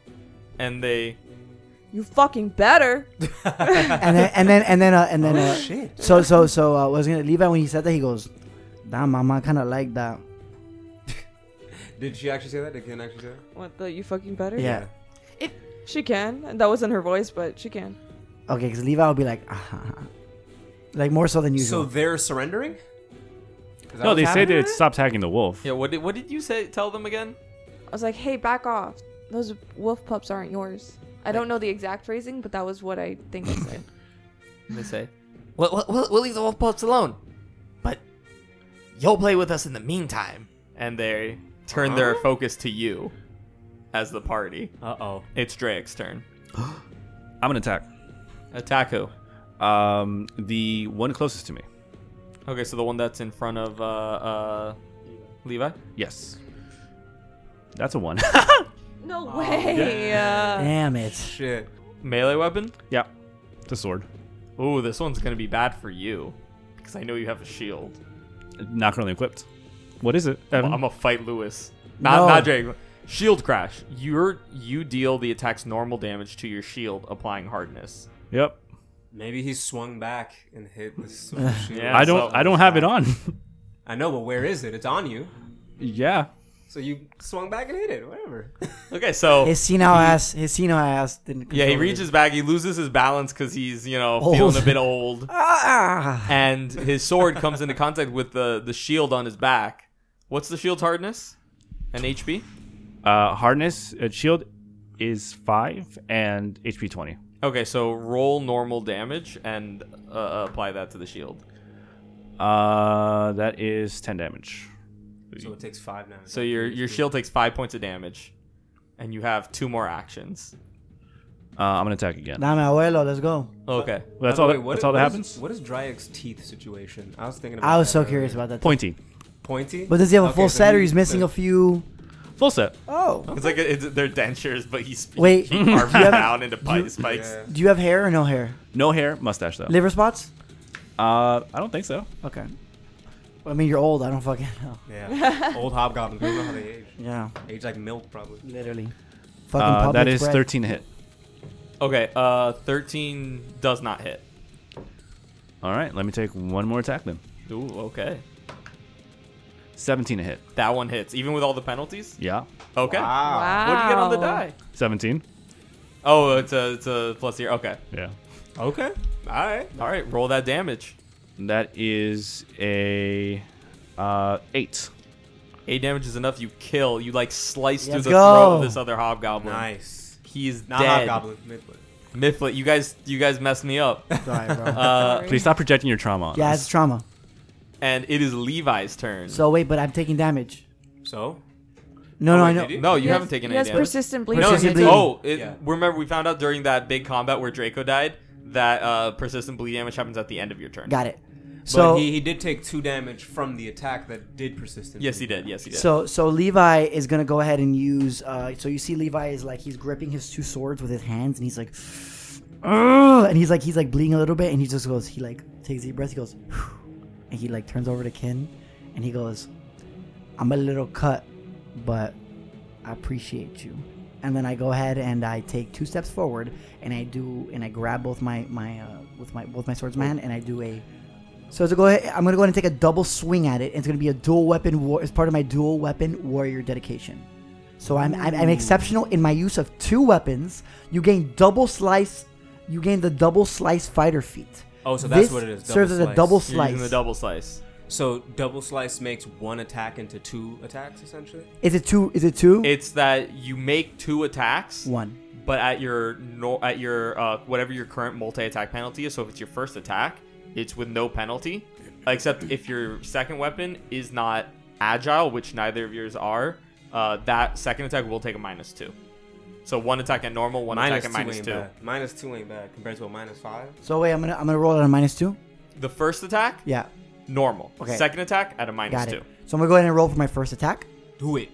and they
You fucking better.
and then and then and then uh, and then uh,
shit.
so so so uh, was gonna Levi when he said that he goes, damn mama kind of like that.
Did she actually say that? Did Ken actually say that?
*laughs* What the? You fucking better.
Yeah.
She can. And That wasn't her voice, but she can.
Okay, because Levi would be like, ah, ah, ah." like more so than
So
usual.
they're surrendering?
No, they say that stop tagging the wolf.
yeah. What did what did you say? Tell them again.
I was like, hey, back off. Those wolf pups aren't yours. I don't know the exact phrasing, but that was what I think I said.
They say
We'll, we'll- we'll, we'll leave the wolf pups alone. But you'll play with us in the meantime.
and they turn their focus to you as the party.
Uh oh.
It's Drake's turn.
I'm gonna attack.
Attack who?
Um, the one closest to me.
Okay, so the one that's in front of uh, uh, Levi.
Yes. That's a *laughs* one.
*laughs* No
Oh,
way. Uh,
Damn it.
Shit.
Melee weapon.
yeah. The sword.
Ooh, this one's gonna be bad for you because I know you have a shield.
Not currently equipped. What is it? Evan?
I'm gonna fight Lewis. Not
No.
not Drake. Shield crash. Your you deal the attack's normal damage to your shield, applying hardness.
yep.
Maybe he swung back and hit the sword shield.
Yeah.
I don't.
so-
I don't have it on. *laughs*
I know, but where is it? It's on you.
yeah.
So you swung back and hit it. Whatever. *laughs*
Okay, so
His senile ass, his senile ass didn't.
yeah, he
control it.
reaches back. He loses his balance because he's you know
Old.
feeling a bit old,
*laughs* Ah,
and his sword comes into contact with the the shield on his back. What's the shield's hardness? An HP.
Uh, hardness uh, shield is five and HP twenty.
Okay, so roll normal damage and uh, apply that to the shield.
Uh, that is ten damage.
so it takes five now.
So your your shield takes five points of damage, and you have two more actions.
Uh, I'm gonna attack again.
dame abuelo, let's go.
Okay.
Well, that's
By
all.
the
that,
way, what-
that's all that
what is-
happens.
what is Dryak's teeth situation? I was thinking about
I was
that
so
earlier.
curious about that.
Pointy.
Pointy?
But does he have a
Okay,
full
so
set, or
he-
he's missing
so-
a few?
Full set.
Oh,
It's like a, it's, they're dentures, but he's
Wait,
he carved
*laughs* you
them
have-
down into pi- spikes.
Yeah.
do you have hair or no hair?
No hair, mustache though.
Liver spots?
Uh, I don't think so.
Okay. I mean, you're old. I don't fucking know.
Yeah. Old hobgoblins. We don't know how they age.
Yeah,
Age like milk, probably.
literally.
Uh, that
public
is
spread.
thirteen hit.
Okay, uh, thirteen does not hit.
All right, let me take one more attack then.
Ooh, okay.
Seventeen to hit.
That one hits, even with all the penalties.
Yeah,
Okay.
Wow.
wow.
What do you get on the die?
seventeen.
Oh, it's a it's a plus here. Okay.
Yeah,
Okay. All right.
All right, roll that damage.
that is a uh eight.
Eight damage is enough. You kill. You like slice through
Let's
the throat of
go.
this other hobgoblin.
Nice.
He's
Not
dead.
hobgoblin. Midland.
Mifflet, you guys you guys messed me
*laughs*
up.
Sorry,
*laughs*
bro.
Uh,
Please stop projecting your trauma on
yeah,
us.
it's trauma.
and it is Levi's turn.
So wait, but I'm taking damage.
So?
No,
Oh,
no,
wait,
I know.
did he?
no, you
Yes,
haven't taken any
yes,
damage.
persistent bleeding.
No,
Persistent
it's-
bleeding.
oh, it,
Yeah.
remember we found out during that big combat where Draco died that uh, persistent bleed damage happens at the end of your turn.
Got it.
So
So
but he, he did take two damage from the attack that did persistently.
Yes, he did. Yes, he did.
So so Levi is gonna go ahead and use. Uh, so you see Levi is like he's gripping his two swords with his hands, and he's like, "Ugh," and he's like he's like bleeding a little bit, and he just goes he like takes a deep breath, he goes, "Whew," and he like turns over to Ken, and he goes, "I'm a little cut, but I appreciate you." And then I go ahead and I take two steps forward, and I do and I grab both my my uh, with my both my swords in my hand, and I do a so to go ahead, I'm gonna go ahead and take a double swing at it. It's gonna be a dual weapon war. It's part of my dual weapon warrior dedication. So I'm, I'm I'm exceptional in my use of two weapons. You gain double slice. You gain the double slice fighter feat.
Oh, so that's
this
what it is.
Serves as a double
You're using
slice.
the double slice.
So double slice makes one attack into two attacks, essentially?
is it two? Is it two?
It's that you make two attacks,
One.
but at your no, at your uh, whatever your current multi attack penalty is. So if it's your first attack, it's with no penalty, except if your second weapon is not agile, which neither of yours are. Uh, that second attack will take a minus two. So one attack at normal, one
Minus
attack at minus
ain't
two.
bad. Minus two ain't bad compared to a minus five.
So wait, I'm gonna I'm gonna roll it on a minus two.
The first attack,
Yeah,
normal.
Okay.
Second attack at a minus
got
two.
it. So I'm gonna go ahead and roll for my first attack.
Do it.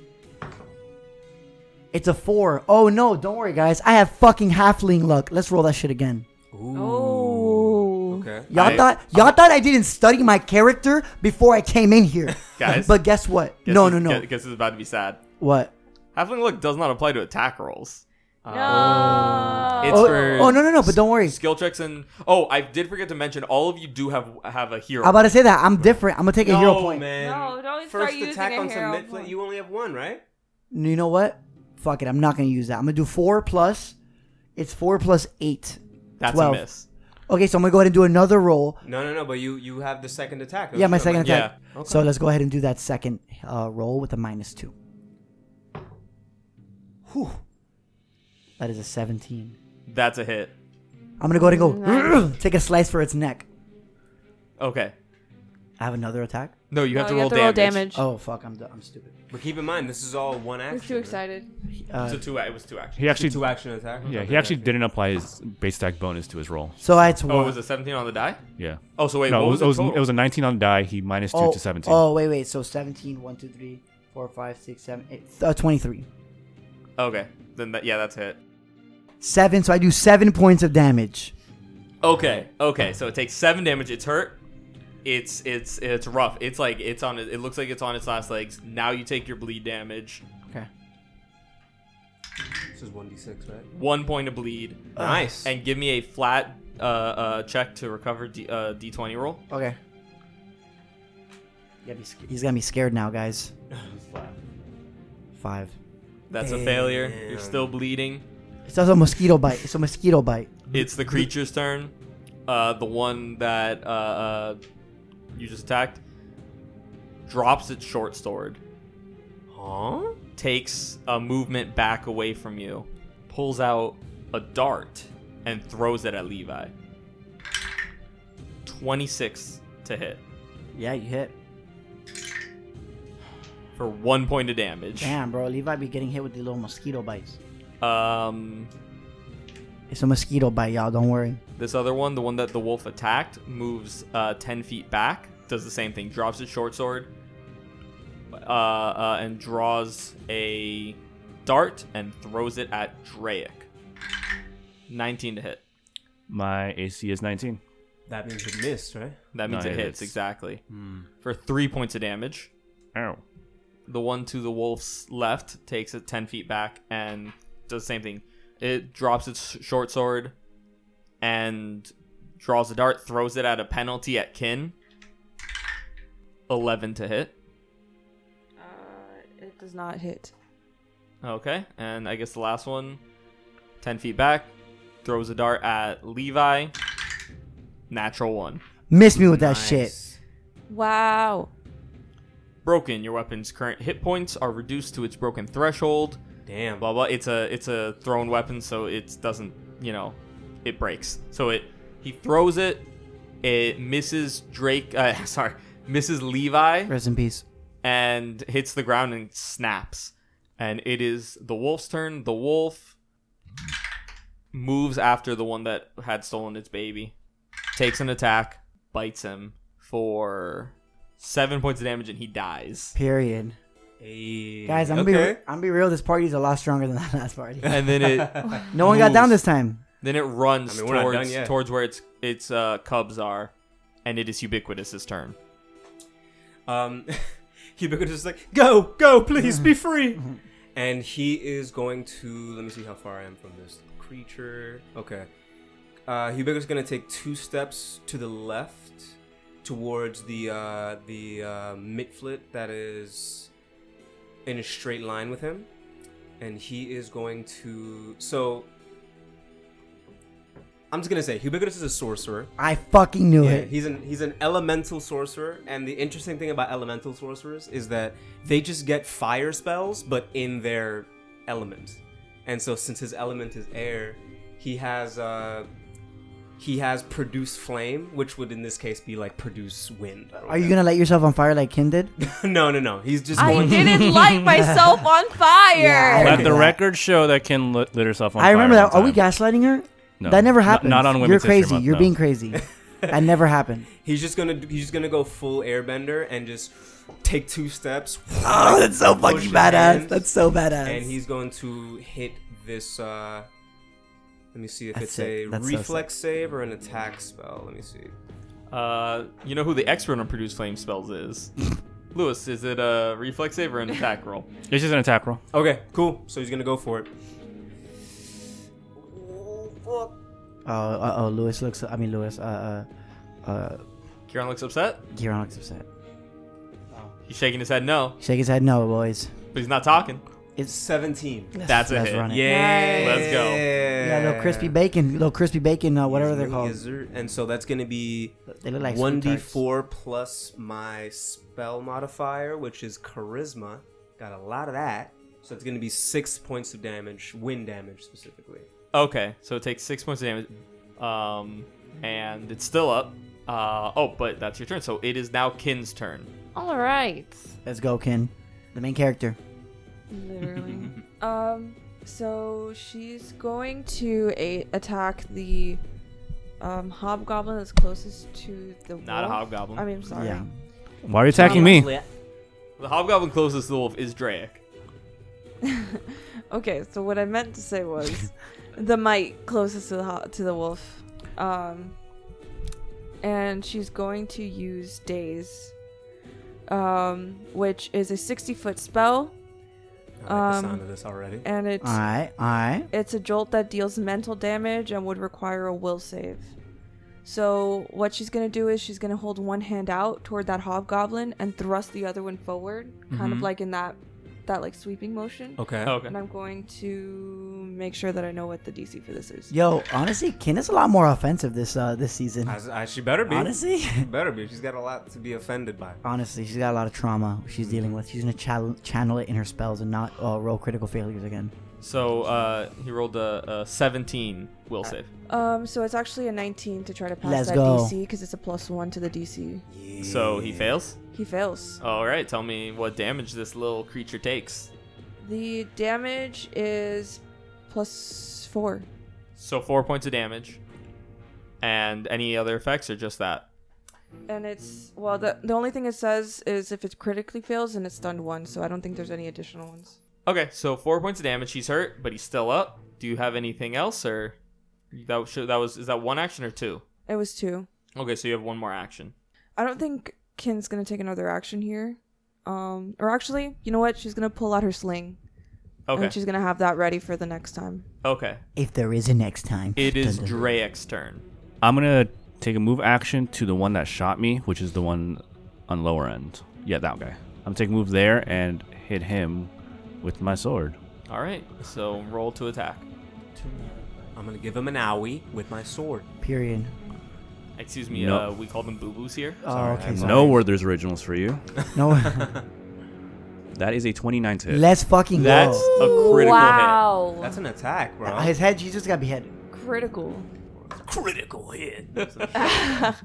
It's a four. Oh no, don't worry guys. I have fucking halfling luck. Let's roll that shit again.
Ooh.
Oh.
Okay.
Y'all
I-
thought y'all thought I didn't study my character before I came in here.
*laughs* Guys.
But guess what?
Guess
no,
it's-
no, no.
gu- Guess it's about to be sad.
What?
Halfling look does not apply to attack rolls.
No.
Oh. It's
Oh,
for
oh, no, no, no, but don't worry.
skill checks and oh, I did forget to mention all of you do have have a hero.
I'm about to say that. I'm different. I'm gonna take a hero point.
man.
No, don't start
First
using
attack
a
on some
hero
mid
point.
You only have one, right?
You know what? Fuck it. I'm not gonna use that. I'm gonna do four plus. It's four plus eight.
That's
12.
a miss.
Okay, so I'm gonna go ahead and do another roll.
No, no, no. But you you have the second attack.
yeah, my
don't you?
second
yeah.
attack. So let's go ahead and do that second uh, roll with a minus two. Whew. That is a 17.
That's a hit.
I'm gonna go ahead and go *clears throat* take a slice for its neck.
Okay.
I have another attack.
No, you have,
No,
to, roll damage.
Oh fuck, I'm d- I'm stupid.
But keep in mind, this is all one action.
He's too
right?
excited.
Uh,
So two. It was two actions.
He actually,
Two action attack.
yeah,
Okay,
he actually
gotcha.
didn't apply his base attack bonus to his roll.
so it's one.
Oh, it was a 17 on the die.
Yeah.
Oh, so wait,
no,
what
it
was,
was, it was,
the total?
it was a 19 on the die. He minus two
oh,
to 17.
Oh wait, wait. So 17, 1, 2, 3, 4, 5, 6, 7, 8, uh, 23.
okay. Then that, yeah, that's a hit.
Seven. So I do seven points of damage.
Okay. Okay. So it takes seven damage. It's hurt. It's it's it's rough. It's like it's on. It looks like it's on its last legs. Now you take your bleed damage.
Okay.
This is one d six, right?
One point of bleed.
Nice.
And give me a flat uh, uh, check to recover D, uh, D20 roll.
Okay. He's gonna be scared now, guys. *laughs* Five.
That's a failure. You're
Damn.
still bleeding.
It's also a mosquito bite. It's a mosquito bite.
It's the creature's turn. Uh, the one that uh, uh, you just attacked drops its short sword,
Huh?
takes a movement back away from you, pulls out a dart, and throws it at Levi. 26 to hit
Yeah, you hit.
for one point of damage.
Damn, bro. Levi be getting hit with the little mosquito bites.
Um,
It's a mosquito bite, y'all. Don't worry.
This other one, the one that the wolf attacked, moves uh, 10 feet back, does the same thing, drops its short sword, uh, uh, and draws a dart and throws it at Draic. 19 to hit.
My AC is 19.
That means it missed, right?
That means
No,
it
it
hits,
hits.
exactly. For three points of damage.
Ow.
The one to the wolf's left takes it 10 feet back and does the same thing. It drops its short sword and draws a dart, throws it at a penalty at Kin. 11 to hit.
Uh, it does not hit.
Okay. And I guess the last one, 10 feet back, throws a dart at Levi. Natural one.
Miss me with that shit.
Wow.
Broken. Your weapon's current hit points are reduced to its broken threshold.
Damn.
blah blah. It's a it's a thrown weapon, so it doesn't you know, it breaks. So it he throws it, it misses Drake. Uh, *laughs* sorry, misses Levi
Rest in peace.
and hits the ground and snaps. And it is the wolf's turn. The wolf moves after the one that had stolen its baby, takes an attack, bites him for seven points of damage, and he dies.
Period.
Hey.
Guys, I'm gonna be
okay.
re- I'm gonna be real. This party's a lot stronger than that last *laughs* party.
And then it
No one got
Moves.
down this time.
Then it runs
I mean, we're not done
towards
yet.
towards where its its uh, cubs are, and it is ubiquitous's turn.
Um, *laughs* Ubiquitous is like, go, go, please be free. and he is going to. Let me see how far I am from this creature. Okay. Uh, Ubiquitous is going to take two steps to the left towards the uh, the uh, midflit that is in a straight line with him, and he is going to. So. I'm just gonna say, Ubiquitous is a sorcerer.
I fucking knew
Yeah,
it.
he's an he's an elemental sorcerer, and the interesting thing about elemental sorcerers is that they just get fire spells, but in their element. and so since his element is air, he has uh, he has produce flame, which would in this case be like produce wind. I don't
Are you
know.
gonna light yourself on fire like Ken did?
*laughs* no, no, no. He's just
I
going.
*laughs* didn't light myself on fire.
Yeah, I-
Let the record show that Ken lit, lit herself on
I
fire.
remember that.
one
Are we
time.
gaslighting her?
No.
that never
Not-
happened.
Not, on
You're
Women's History
crazy.
Month,
You're
no.
being crazy. that never happened.
He's just gonna. He's just gonna go full airbender and just take two steps,
Oh, that's so
fucking badass. That's
so badass.
and he's going to hit this. uh Let me see if
That's
it's
sick.
a
That's so sick.
reflex save or an attack spell. Let me see.
Uh, you know who the expert on produce flame
*laughs*
spells is? Lewis, is it a reflex save or an attack roll?
It's just an attack roll.
Okay, cool. So he's gonna go for it.
oh, uh, oh, Lewis looks. I mean, Lewis. Uh, uh, uh,
Kieran looks upset.
Giron looks upset.
He's shaking his head no,
Shake his head. No, boys.
but he's not talking.
Seventeen.
That's a
Let's
hit.
run it.
Yeah.
Let's go.
Yeah, little crispy bacon, little crispy bacon, uh, whatever they're called.
Lizard. And so that's gonna be
They look like
one
sweet
d
tarts.
four plus my spell modifier, which is charisma. Got a lot of that. So it's gonna be six points of damage, wind damage specifically.
Okay, so it takes six points of damage. Um, and it's still up. Uh, oh, but that's your turn. So it is now Kin's turn.
All right.
Let's go, Ken. The main character.
Literally.
*laughs*
um. So she's going to a- attack the um, hobgoblin that's closest to the.
Not a
wolf.
hobgoblin.
I mean, I'm sorry.
Yeah.
Why are you attacking me?
the hobgoblin closest to the wolf is Drake.
Okay, so what I meant to say
*laughs*
was the mite closest to the ho- to the wolf, um, and she's going to use daze, um, which is a sixty foot spell,
I like the
Um,
sound of this already.
and it's
All right, all right.
it's a jolt that deals mental damage and would require a will save. So what she's gonna do is she's gonna hold one hand out toward that hobgoblin and thrust the other one forward, kind of like in that that like sweeping motion.
Okay.
Okay.
And I'm going to make sure that I know what the DC for this is.
Yo, honestly, Ken is a lot more offensive this uh this season.
As, as she better be.
Honestly,
Better be. She's got a lot to be offended by.
honestly, she's got a lot of trauma she's dealing with. She's gonna channel channel it in her spells and not uh, roll critical failures again.
So uh, he rolled a, a 17 will save.
Um, so it's actually a 19 to try to pass
Let's
that
go.
DC because it's a plus one to the DC.
So he fails.
He fails.
All right, tell me what damage this little creature takes.
The damage is plus four.
So four points of damage. And any other effects or just that?
And it's well, the the only thing it says is if it critically fails and it's stunned one. So I don't think there's any additional ones.
Okay, so four points of damage. He's hurt, but he's still up. Do you have anything else, or that was that was is that one action or two?
It was two.
Okay, so you have one more action.
I don't think Kin's gonna take another action here. Um, or actually, you know what? She's gonna pull out her sling,
Okay,
and she's gonna have that ready for the next time.
okay.
If there is a next time,
It is
Dun, dun.
Drake's turn.
I'm gonna take a move action to the one that shot me, which is the one on lower end. Yeah, that guy. I'm taking a move there and hit him with my sword.
All right, so roll to attack.
I'm gonna give him an owie with my sword.
Period.
Excuse me,
No.
uh, we call them boo boos here.
Oh, okay. sorry.
No Werther's originals for you.
no.
That is a 29 to hit.
*laughs* Let's fucking
That's
go.
a critical
wow.
That's an attack, bro.
His head, he just got beheaded.
critical.
critical hit. *laughs*
*laughs* that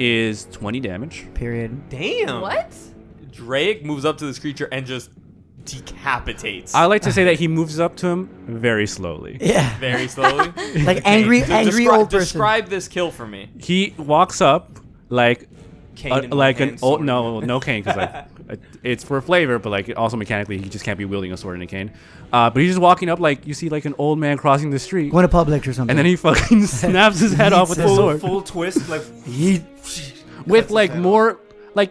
is 20 damage.
Period.
Oh.
damn.
What?
hit. Drake moves up to this creature and just decapitates
I like to say that he moves up to him very slowly.
Yeah.
very
*laughs*
slowly.
*laughs* Like angry,
De-
angry
descri-
old person.
Describe this kill for me.
He walks up like
Cane
uh,
in my
like an
hand,
old
sword.
no no cane because
*laughs*
like it's for flavor, but like also mechanically he just can't be wielding a sword and a cane. Uh, but he's just walking up like you see like an old man crossing the street,
Going to Publix or something.
and then he *laughs* fucking snaps his head off with the
Jesus.
sword
Full twist,
*laughs*
like
he
with like more like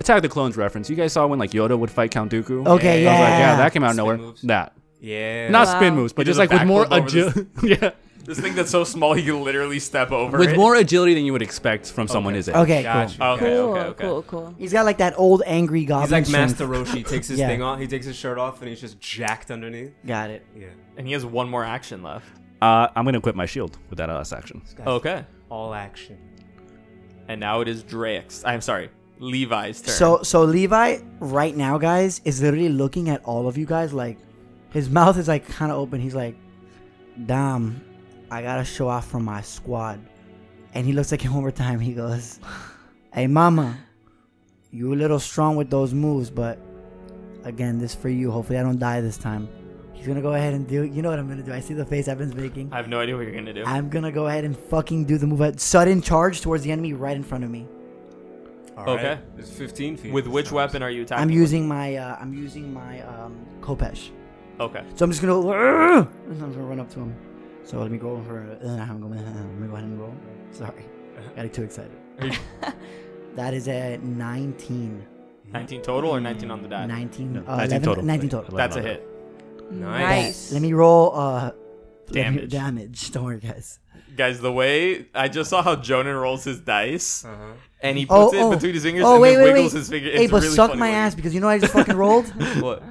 Attack of the Clones reference. You guys saw when like Yoda would fight Count
Okay,
Dooku. I was like, yeah,
yeah.
that came out of
Spin
nowhere.
moves.
That
yeah.
not
Wow.
spin moves, but
He
just
does
like
a
with more
backflip over
agility. *laughs* yeah.
This thing that's so small you can literally step over
With
it.
more agility than you would expect from someone his age.
Okay,
Got
cool.
you.
Okay,
cool,
okay, okay.
cool, cool.
He's got like that old angry goblin.
He's like
strength.
Master Roshi. Takes his
Yeah.
thing off. He takes his shirt off, and he's just jacked underneath.
Got it.
Yeah.
And he has one more action left.
Uh, I'm gonna equip my shield with that uh, last action.
This guy's
Okay.
All action.
And now it is Drake's. I'm sorry, Levi's turn.
So so Levi right now, guys, is literally looking at all of you guys like, His *laughs* mouth is like kind of open. He's like, "Dom, I gotta show off for my squad." And he looks at him *laughs* one more time. He goes, *laughs* "Hey, mama, you a little strong with those moves, but again, this for you. Hopefully, I don't die this time." He's gonna go ahead and do. You know what I'm gonna do? I see the face Evan's making.
I have no idea what you're gonna do.
I'm gonna go ahead and fucking do the move. at Sudden charge towards the enemy right in front of me.
All right.
Okay.
It's 15 feet.
With
this
which
time.
weapon are you attacking?
I'm
with?
using my uh, I'm using my um, Kopesh.
Okay.
So I'm just gonna and I'm gonna run up to him. So let me go over. Uh, I'm going. Uh, let me go ahead and roll. Sorry,
Uh-huh.
got too excited.
Are you-
*laughs* That is a 19.
19 total or 19 on the die?
19. uh,
19
11
total.
19 total.
That's a hit.
Nice.
Let me roll. Uh, let me-
Damage.
*laughs* damage. Don't worry, guys.
Guys, the way I just saw how Jonan rolls his dice
Uh-huh.
and he
Oh,
puts it
oh.
between his fingers
oh,
and
wait,
then
wait,
wiggles
wait.
his finger.
Hey,
it's
but
really
suck
funny
my
looking.
ass because you know what I just
*laughs*
fucking rolled
What?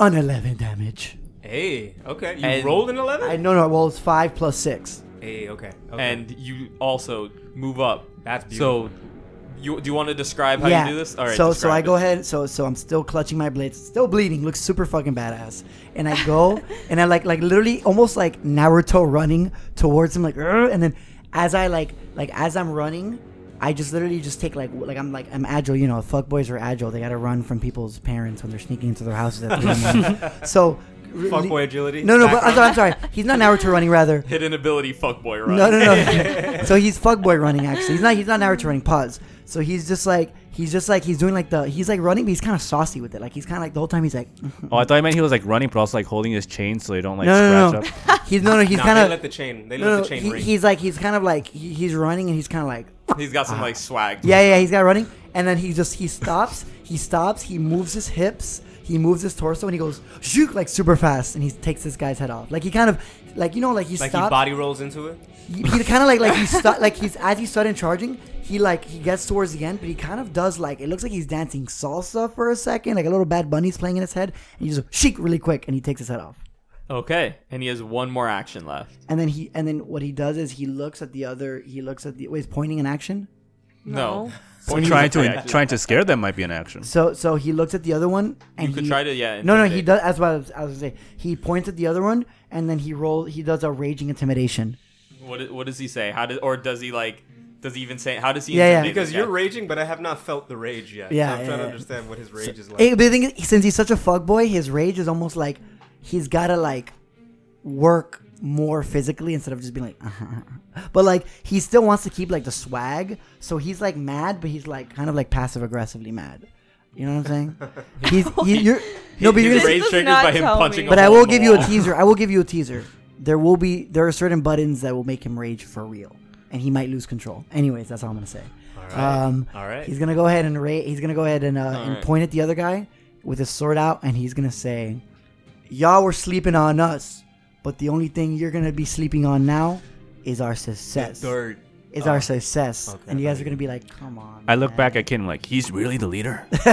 an 11 damage.
Hey, okay. You
And-
rolled an 11?
I no no. Well, it's five plus six.
Hey, okay. okay.
And you also move up.
that's
So,
beautiful.
you do you want to describe how
yeah.
you do this? All right.
so so
describe
I go
it.
ahead. So so I'm still clutching my blades, still bleeding. Looks super fucking badass. And I
*laughs*
go and I like like literally almost like Naruto running towards him like, "Arr," and then as I like like as I'm running, I just literally just take like like I'm like I'm agile. You know, fuck boys are agile. They gotta run from people's parents when they're sneaking into their houses. At 3 in the morning.
*laughs*
so. really-
Fuckboy agility.
No, no, but I'm
background.
sorry, I'm sorry. He's not Naruto running, rather.
Hit an ability, fuckboy, right?
No, no,
*laughs*
no. so he's fuckboy running. Actually, he's not. He's not Naruto running. Pause. So he's just like he's just like he's doing like the he's like running, but he's kind of saucy with it. Like he's kind of like the whole time he's like *laughs*
Oh, I thought I meant he was like running, but also like holding his chain so they don't like
no, no,
scratch
no.
up.
he's no, no. He's
Nah,
kind
they
of
let the chain. They let
no, no.
the chain
he-
ring.
he's like he's kind of like he, he's running and he's kind of like
He's got some like swag.
Ah. yeah, yeah. He's got running, and then he just he stops. he stops. He moves his hips. He moves his torso and he goes shoot like super fast, and he takes this guy's head off. Like he kind of like you know like he
like he
stops.
body rolls into it.
he, he kind of like like he's stu- like he's as he's starting charging, he like he gets towards the end, but he kind of does like it looks like he's dancing salsa for a second, like a little bad bunny's playing in his head, and he just chic really quick, and he takes his head off,
Okay, and he has one more action left.
and then he and then what he does is he looks at the other, he looks at the wait, he's pointing in action,
No.
Or trying to trying to scare them might be an action.
so so he looks at the other one, and
You could
he-
try to yeah.
No, no, he
intimidate.
does. That's what I was, I was gonna say. He points at the other one, and then he rolls. He does a raging intimidation.
What i- what does he say? How does or does he like? Does he even say? How does he?
Yeah, yeah.
intimidate
Because
this
you're
guy?
raging, but I have not felt the rage yet.
Yeah,
I'm
yeah,
trying to
yeah.
understand what his rage is like.
Hey, eh, but the thing is, since he's such a fuckboy, his rage is almost like he's gotta like work more physically instead of just being like. *laughs* But like he still wants to keep like the swag, so he's like mad, but he's like kind of like passive aggressively mad. You know what
*laughs*
I'm saying? He's he, you're no, but
His
you're
This
gonna,
rage
does
triggered
not
by him
tell
punching.
me.
a
but I
hole
will
in the
give you a
wall.
teaser. I will give you a teaser. There will be there are certain buttons that will make him rage for real, and he might lose control. Anyways, that's all I'm gonna say. Um,
All right.
He's gonna go ahead and ra- he's gonna go ahead and, uh, and
right.
point at the other guy with his sword out, and he's gonna say, "Y'all were sleeping on us, but the only thing you're gonna be sleeping on now is our success.
Dirt.
Is our success."
Okay,
and you guys
I
are gonna be like, "Come on."
I look
man."
back at Kid and I'm like, he's really
*laughs*
the leader?
No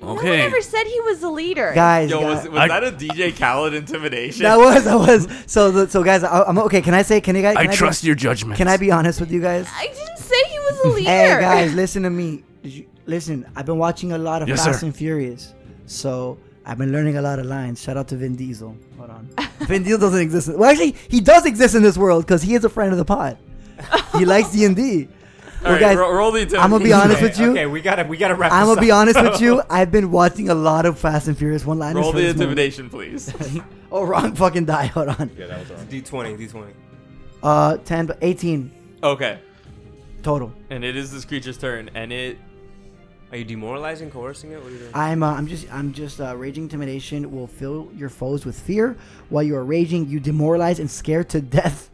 one
Okay.
ever said he was the leader.
guys.
Yo,
guys-
was, was
I-
that a DJ Khaled intimidation?
*laughs* that was that was so the, so guys. I, I'm okay. Can I say? Can you guys?
I
can
trust
be,
your judgment.
Can I be honest with you guys?
I didn't say he was the leader.
*laughs* Hey guys, listen to me. Did you- Listen, I've been watching a lot of
Yes,
Fast
sir.
and Furious, so I've been learning a lot of lines. Shout out to Vin Diesel. Hold on, Vin Diesel doesn't exist. Well, actually, he does exist in this world because he is a friend of the pod. He likes D and D.
All right,
guys,
ro- roll the intimidation.
I'm gonna be honest with you.
Okay, we gotta we gotta wrap.
I'm
this
gonna be
up.
honest with you. I've been watching a lot of Fast and Furious one liners.
Roll the intimidation, please.
*laughs* Oh, wrong fucking die. Hold on.
D20, D20.
Uh, ten, but eighteen
okay,
total.
and it is this creature's turn, and it
Are you demoralizing, coercing it? What are you doing?
I'm uh, I'm just I'm just uh, raging intimidation will fill your foes with fear. While you are raging, you demoralize and scare to death.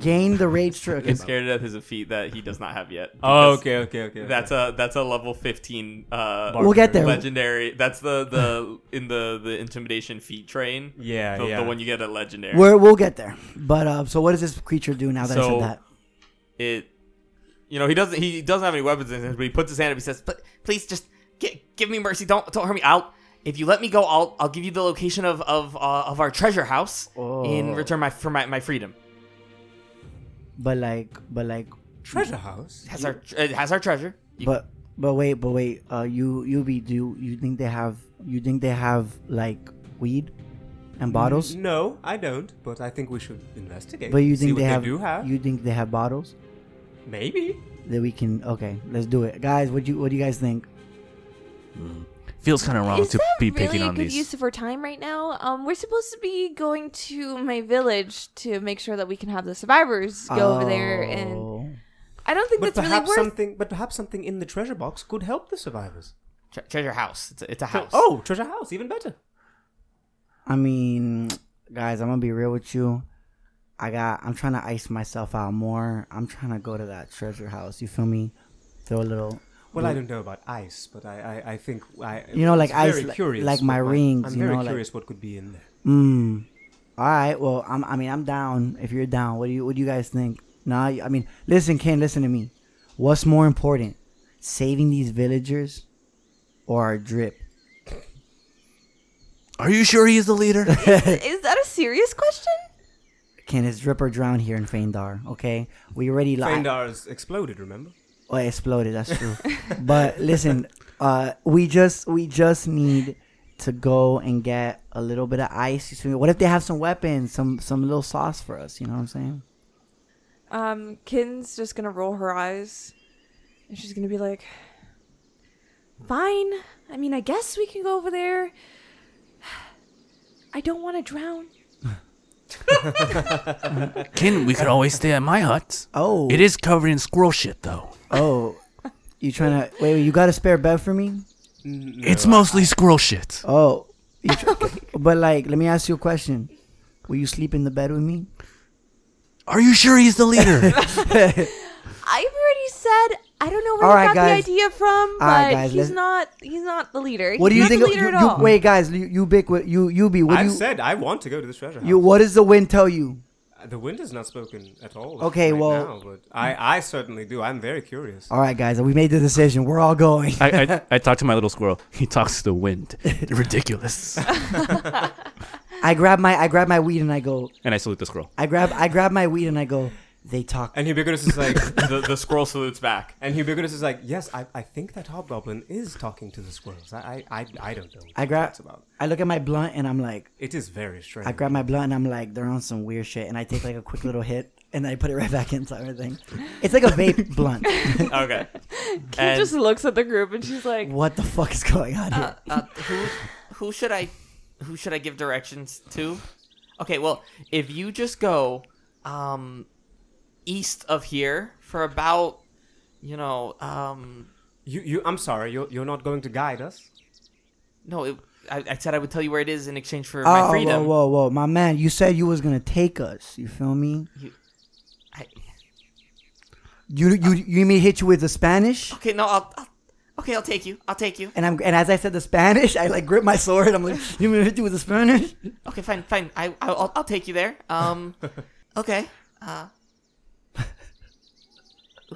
Gain the
*laughs*
rage trick.
is scared to death is a feat that he does not have yet.
Oh,
because
okay, okay, okay.
That's a that's a level 15. Uh,
We'll get there.
Legendary. That's the the in the the intimidation feat train.
Yeah,
the,
yeah.
the one you get at legendary.
We're, we'll get there. But uh, so what does this creature do now that I
So-
said that?
it you know he doesn't he doesn't have any weapons in him but he puts his hand up he says
But please just gi- give me mercy. Don't don't hurt me. I'll if you let me go, I'll I'll give you the location of of uh, of our treasure house in return my for my, my freedom.
But like, but like,
treasure house.
Has our it has our treasure. You-
but But wait, but wait. Uh, you you be do you think they have you think they have like weed and bottles?
No, I don't. But I think we should investigate.
But you
Mm, see
think
what
they have,
do have?
you think they have bottles
Maybe.
that we can? Okay, let's do it, guys. What you what do you guys think?
Feels kind of wrong
Is
to
that
be
really
picking
a
on
good
these.
use of our time right now? Um, we're supposed to be going to my village to make sure that we can have the survivors go over there, and
Oh.
I don't think
But
that's really
perhaps
worth.
something. But perhaps something in the treasure box could help the survivors.
Tre- treasure house. It's a, it's a house.
Oh, treasure house, even better.
I mean, guys, I'm gonna be real with you. I got. I'm trying to ice myself out more. I'm trying to go to that treasure house. You feel me? Feel a little.
Well, I don't know about ice, but I, I, I think I.
You know, like
it's very
ice, like-
curious
like
what
my
might-
rings,
I'm
you
very
know, like-
curious what could be in there.
Mm. All right. Well, I'm. I mean, I'm down. If you're down, what do you What do you guys think? Nah. I mean, listen, Ken. Listen to me. What's more important, saving these villagers, or our drip?
Are you sure he's the leader? *laughs*
Is that a serious question?
Can his drip or drown here in Feindar? Okay. We already lied.
Fendar's exploded. Remember?
Well, it exploded. That's true. but listen, uh, we just we just need to go and get a little bit of ice. You see, What if they have some weapons, some some little sauce for us? You know what I'm saying?
Um, Kin's just gonna roll her eyes, and she's gonna be like, "Fine. I mean, I guess we can go over there. *sighs* I don't want to drown."
Kin, we could always stay at my hut.
Oh,
It is covered in squirrel shit, though.
Oh, you trying to wait? You got a spare bed for me?
it's mostly squirrel shit.
Oh, you
*laughs*
tr- but like, let me ask you a question. Will you sleep in the bed with me?
Are you sure he's the leader?
I've already said I don't know where
All
he got
right, guys.
the idea from, but
All right, guys,
he's
let's-
not he's not the leader.
What do
he's
you think?
not
of-
the leader
you-
at
you-
all.
wait, guys, you you big what you you be what do
I've
you
said I want to go to this treasure house.
you what does the wind tell you?
Uh, The wind has not spoken at all.
Okay,
right
well-
now, but I, I certainly do. I'm very curious.
All right, guys, we made the decision. We're all going.
*laughs* I, I, I talk to my little squirrel. He talks to the *laughs* wind. Ridiculous.
I grab my I grab my weed and I go.
And I salute the squirrel.
I grab I grab my weed and I go. They talk.
And Ubiquitous is
*laughs*
like,
the, the squirrel salutes back.
and Ubiquitous is like, yes, I, I think that hobgoblin is talking to the squirrels. I I, I, I don't know. What
I grab.
that's about.
I look at my blunt and I'm like.
It is very strange.
I grab my blunt and I'm like, they're on some weird shit. And I take like a quick little hit and I put it right back *laughs* into everything. It's like a
*laughs*
vape blunt.
Okay.
Kin
And
just looks at the group and she's like,
What the fuck is going on here?
Uh, who who should I who should I give directions to? Okay, well, if you just go um east of here for about you know um
You you. I'm sorry. You're you're not going to guide us.
no it, I, I said I would tell you where it is in exchange for
oh,
my freedom.
whoa, whoa, whoa, my man! You said you was gonna take us. You feel me?
I-
You you you mean hit you with the Spanish?
okay, no, I'll, I'll okay, I'll take you. I'll take you.
And I'm and as I said the Spanish, *laughs* I like grip my sword. I'm like, you mean hit you with the Spanish? *laughs*
Okay, fine, fine. I I'll, I'll take you there. Um, okay. Uh,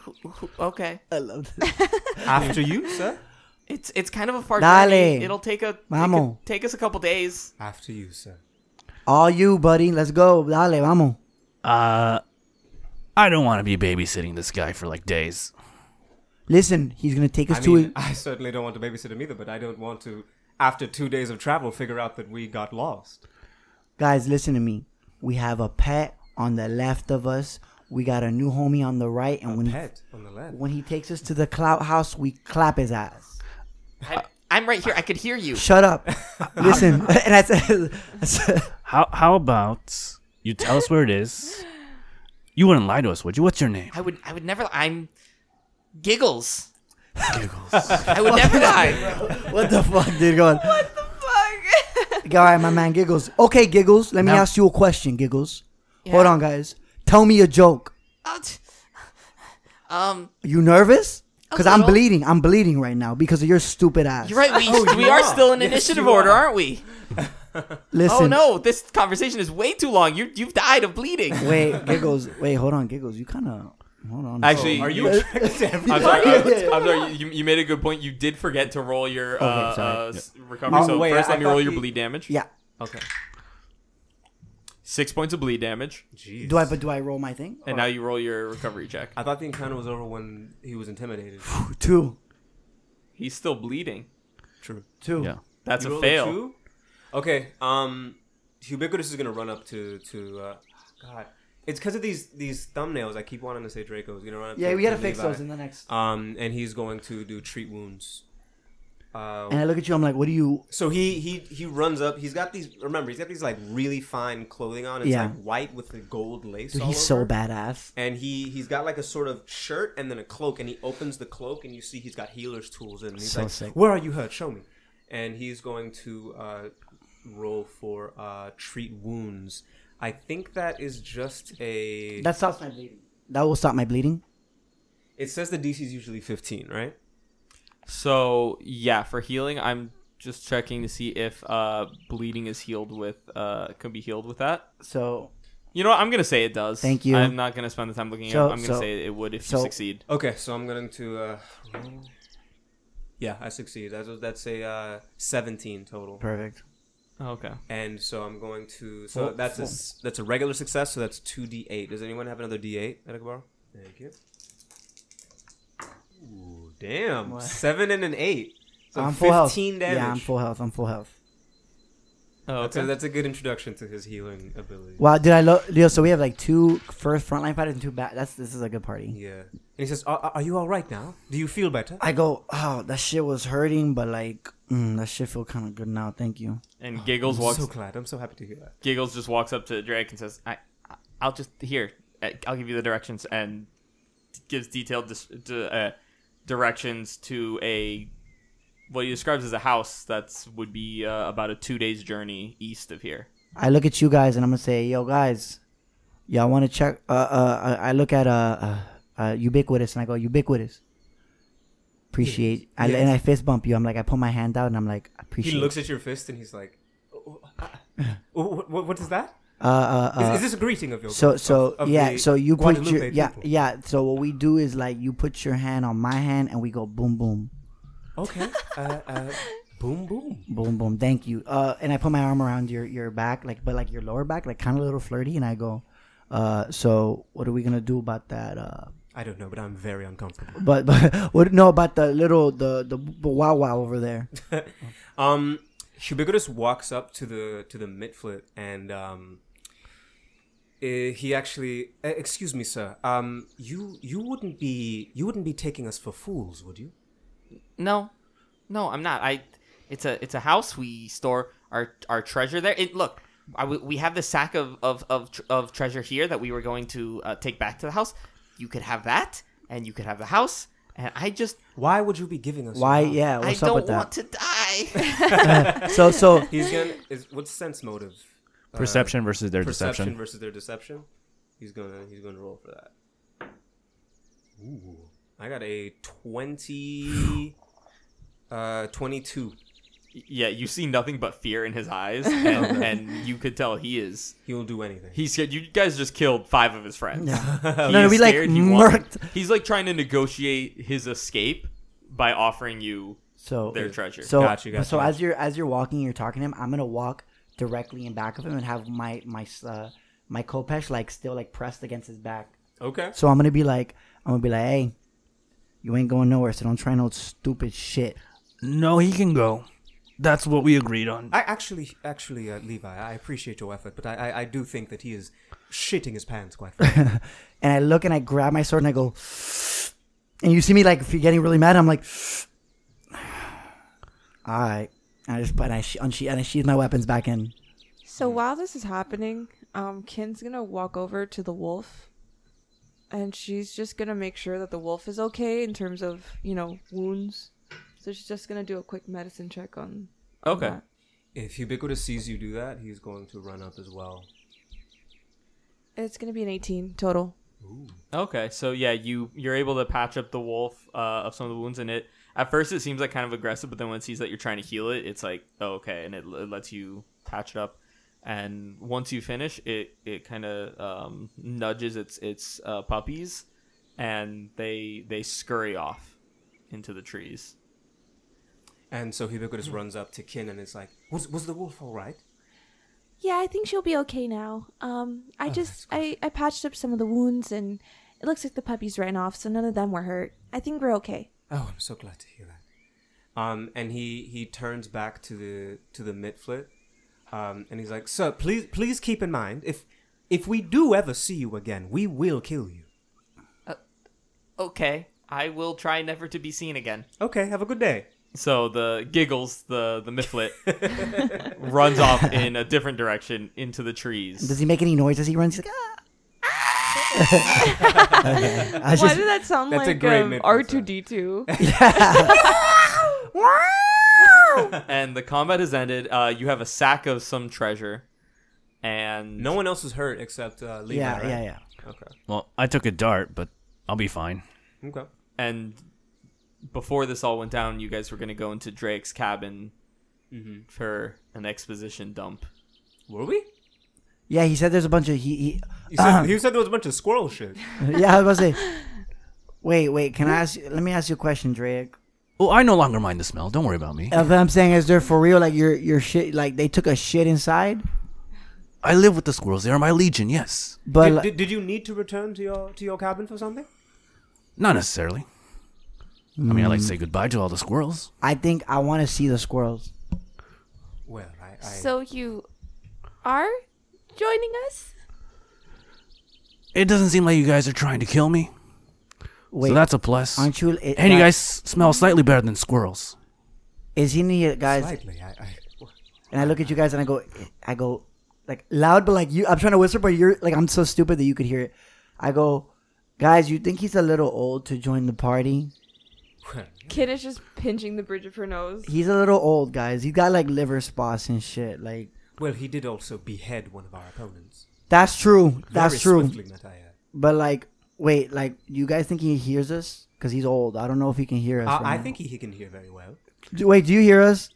who- who- okay.
I love
*laughs*
this.
After
*laughs*
you, sir.
It's it's kind of a far
Dale.
journey. It'll take a take a-
Vamos.
Take, us a couple days.
After you, sir.
All you, buddy. Let's go. Dale, vamos.
Uh, I don't want to be babysitting this guy for like days.
Listen, he's gonna take us
I
to.
mean,
a,
I certainly don't want to babysit him either. But I don't want to, after two days of travel, figure out that we got lost.
guys, listen to me. We have a pet on the left of us. We got a new homie on the right, and when
Pet on the left.
when he takes us to the clout house, we clap his ass.
I, I'm right here. I could hear you.
Shut
*laughs*
up. Listen. *laughs* and I said, I said,
How how about you tell us where it is? You wouldn't lie to us, would you? What's your name?
I would I would never. I'm giggles. Giggles. I would never lie.
what the fuck,
*laughs*
dude? Going,
"What the fuck?" *laughs*
all right, my man giggles. Okay, giggles. Let me
Now-
ask you a question, giggles. Hold on, guys. Tell me a joke.
Uh, t- Um,
You nervous? Because I'm
little.
bleeding. I'm bleeding right now because of your stupid ass.
you're right. We we
Oh, you
are
are.
still in
Yes,
initiative
you
order,
are.
aren't we?
Listen.
Oh no, this conversation is way too long. You you've died of bleeding.
Wait, giggles. Wait, hold on, giggles. You kind of. Hold on. Oh.
Actually,
Oh, Are
*laughs*
you attracted to
I'm
everybody?
sorry.
Yeah,
I'm,
yeah, yeah.
I'm sorry. You, you made a good point. You did forget to roll your uh, uh, s- recovery.
Oh,
so
wait,
first,
I-
let
I
me roll
thought
your
he-
bleed damage.
Yeah.
Okay.
Six points of bleed damage,
Oh, Jeez.
Do I? But do I roll my thing?
and now you roll your recovery check.
*sighs*
I thought the encounter was over when he was intimidated.
*laughs* Two.
He's still bleeding.
True.
Two.
Yeah.
That's
You
a
rolled
fail.
two? Okay. Um, ubiquitous is gonna run up to to. Uh, God, it's because of these these thumbnails. I keep wanting to say Draco's gonna run up.
Yeah,
to,
we gotta
to
fix
Levi.
those in the next.
Um, and he's going to do treat wounds. Uh,
And I look at you. I'm like, what do you?
so he he he runs up. He's got these. Remember, he's got these like really fine clothing on. It's
Yeah.
like white with the gold lace.
Dude,
all
he's so
over.
badass.
And he he's got like a sort of shirt and then a cloak. And he opens the cloak and you see he's got healer's tools. And he's
So
like,
sick.
"Where are you hurt? Show me." And he's going to uh, roll for uh, treat wounds. I think that is just a.
That stops my bleeding. That will stop my bleeding.
It says the DC is usually fifteen, right?
So yeah, for healing, I'm just checking to see if uh bleeding is healed with uh can be healed with that.
So
You know what? I'm gonna say it does.
Thank you.
I'm not gonna spend the time looking it
So-
up. I'm gonna
so-
say it would if
so-
you succeed.
Okay, so I'm going to. Uh, roll. yeah, I succeed. That's that's a uh, seventeen total,
perfect.
Okay.
and so I'm going to. So
Well,
that's a
well-
s- that's a regular success. So that's two d8. Does anyone have another d8 that I can borrow? Thank you. Ooh, damn,
What?
seven and an eight. So
I'm full health.
fifteen damage.
Yeah, I'm full health. I'm full health.
Oh,
That's, a,
okay.
that's a good introduction to his healing ability.
Wow, did I lo Leo? So we have like two first frontline fighters and two back. That's this is a good party.
Yeah, and he says, are, "Are you all right now? Do you feel better?"
I go, oh, that shit was hurting, but like, mm, that shit feel kind of good now. Thank you.
And giggles
Oh, I'm
walks.
so glad. I'm so happy to hear that.
giggles just walks up to Drake and says, "I, I- I'll just here. I- I'll give you the directions." And gives detailed dis- d- uh, directions to a what he describes as a house that's would be uh, about a two days journey east of here.
I look at you guys and I'm gonna say, yo guys, y'all want to check? Uh, uh, I I look at uh, uh, uh, ubiquitous and I go, ubiquitous. Appreciate. I,
Yes.
And I fist bump you. I'm like, I put my hand out and I'm like,
He
appreciate.
looks at your fist and he's like, "Oh, ah."
*laughs*
"What? What, what is that?
uh, uh,
Is,
uh,
is this a greeting of your
so
of-
so
of
yeah.
the
So you put
Guadalupe
your yeah
people?
yeah. So what we do is like you put your hand on my hand and we go boom boom
okay uh, uh, boom boom
boom boom. Thank you. Uh, and I put my arm around your your back like but like your lower back like kind of a little flirty and I go, uh, so what are we gonna do about that? Uh,
I don't know but I'm very uncomfortable
But, but *laughs* what no about the little the the, the wow wow over
*laughs*
there?
um Ubiquitous walks up to the to the midflit and um eh, he actually eh, excuse me sir um you you wouldn't be you wouldn't be taking us for fools would you
No, no, I'm not. I. It's a it's a house. We store our our treasure there. It, look, I, we- we have the sack of of of, tr- of treasure here that we were going to uh, take back to the house. You could have that, and you could have the house. And I just
why would you be giving us
Why?
your house?
Yeah, Oh,
I
what's up
don't
with
want
that?
to die. *laughs*
*laughs* So so
he's gonna is what's sense motive Uh,
Perception versus their
perception
deception.
versus their deception. He's gonna he's gonna roll for that. Ooh, I got a twenty, uh, twenty-two.
*laughs* Yeah, you see nothing but fear in his
*laughs*
eyes, and, and you could tell he is.
He will do anything.
He said, "You guys just killed five of his friends."
no,
*laughs* He
no,
is
we like
scared, he wants-
murked.
He's like trying to negotiate his escape by offering you
So
their treasure.
so
Gotcha, gotcha,
so
gotcha.
as you're as you're walking, you're talking to him. I'm gonna walk directly in back of him and have my my uh, my kopesh like still like pressed against his back.
okay.
So I'm gonna be like I'm gonna be like, hey, you ain't going nowhere. So don't try no stupid shit.
No, he can go. That's what we agreed on.
I actually, actually, uh, Levi, I appreciate your effort, but I, I, I do think that he is shitting his pants quite
*laughs*
frankly.
And I look and I grab my sword and I go. And you see me like getting really mad. I'm like, all right. And I just but I she, unshe- and I sheathe my weapons back in.
So while this is happening, um, Kin's gonna walk over to the wolf, and she's just gonna make sure that the wolf is okay in terms of you know wounds. So she's just gonna do a quick medicine check on. on
Okay.
that.
if Ubiquitous sees you do that, he's going to run up as well.
It's gonna be an 18 total.
Okay, so yeah, you you're able to patch up the wolf uh, of some of the wounds in it. At first, it seems like kind of aggressive, but then when it sees that you're trying to heal it, it's like oh, okay, and it, l- it lets you patch it up. And once you finish, it it kind of um, nudges its its uh, puppies, and they they scurry off into the trees.
And so Ubiquitous runs up to Kin and is like, "Was was the wolf all right?"
Yeah, I think she'll be okay now. Um,
Oh,
I just I I patched up some of the wounds, and it looks like the puppies ran off, so none of them were hurt. I think we're okay.
Oh, I'm so glad to hear that. um, and he he turns back to the to the midflit, um, and he's like, "Sir, please please keep in mind if if we do ever see you again, we will kill you."
Okay, I will try never to be seen again.
Okay, have a good day.
So the giggles, the the mifflet runs off in a different direction into the trees.
Does he make any noise as he runs? He's like, ah. *laughs* I was
Why
just-
did that sound
That's a
like
great
um,
mid-voice *laughs*
R2D2?
And the combat is ended. Uh, you have a sack of some treasure, and
No one else is hurt except uh, Levi.
yeah,
right?
yeah, yeah.
Okay,
Well, I took a dart, but I'll be fine.
okay.
and before this all went down, you guys were gonna go into Drake's cabin
Mm-hmm.
for an exposition dump.
Were we?
Yeah, he said there's a bunch of he. he uh-huh.
You said, you said there was a bunch of squirrel
*laughs*
shit.
yeah, I was about to say. Wait, wait. Can I ask? you Let me ask you a question, Drake.
Oh, I no longer mind the smell. Don't worry about me.
Uh, What I'm saying is, they're for real. Like your your shit. Like they took a shit inside,
I live with the squirrels. They are my legion. Yes,
but
Did,
like-
did, did you need to return to your to your cabin for something?
not necessarily. I mean, I like to say goodbye to all the squirrels.
I think I want to see the squirrels.
Well, I, I
so you are joining us?
It doesn't seem like you guys are trying to kill me,
Wait,
so that's a plus.
aren't you? eh, it-
and you
that-
guys smell slightly better than squirrels.
is he near guys?
slightly. I, I
And I look at you guys and I go, eh, I go, like loud, but like you, I'm trying to whisper, but you're like, I'm so stupid that you could hear it. I go, guys, you think he's a little old to join the party?
Kid is just pinching the bridge of her nose.
He's a little old, guys. He's got like liver spots and shit. Like
well, he did also behead one of our opponents.
that's true. That's
Very
true.
Swiftly, might I add.
But like, wait, like you guys think he hears us? Cause he's old. I don't know if he can hear us.
I, I
right
think he, he can hear very well.
now. Do- Wait, do you hear us?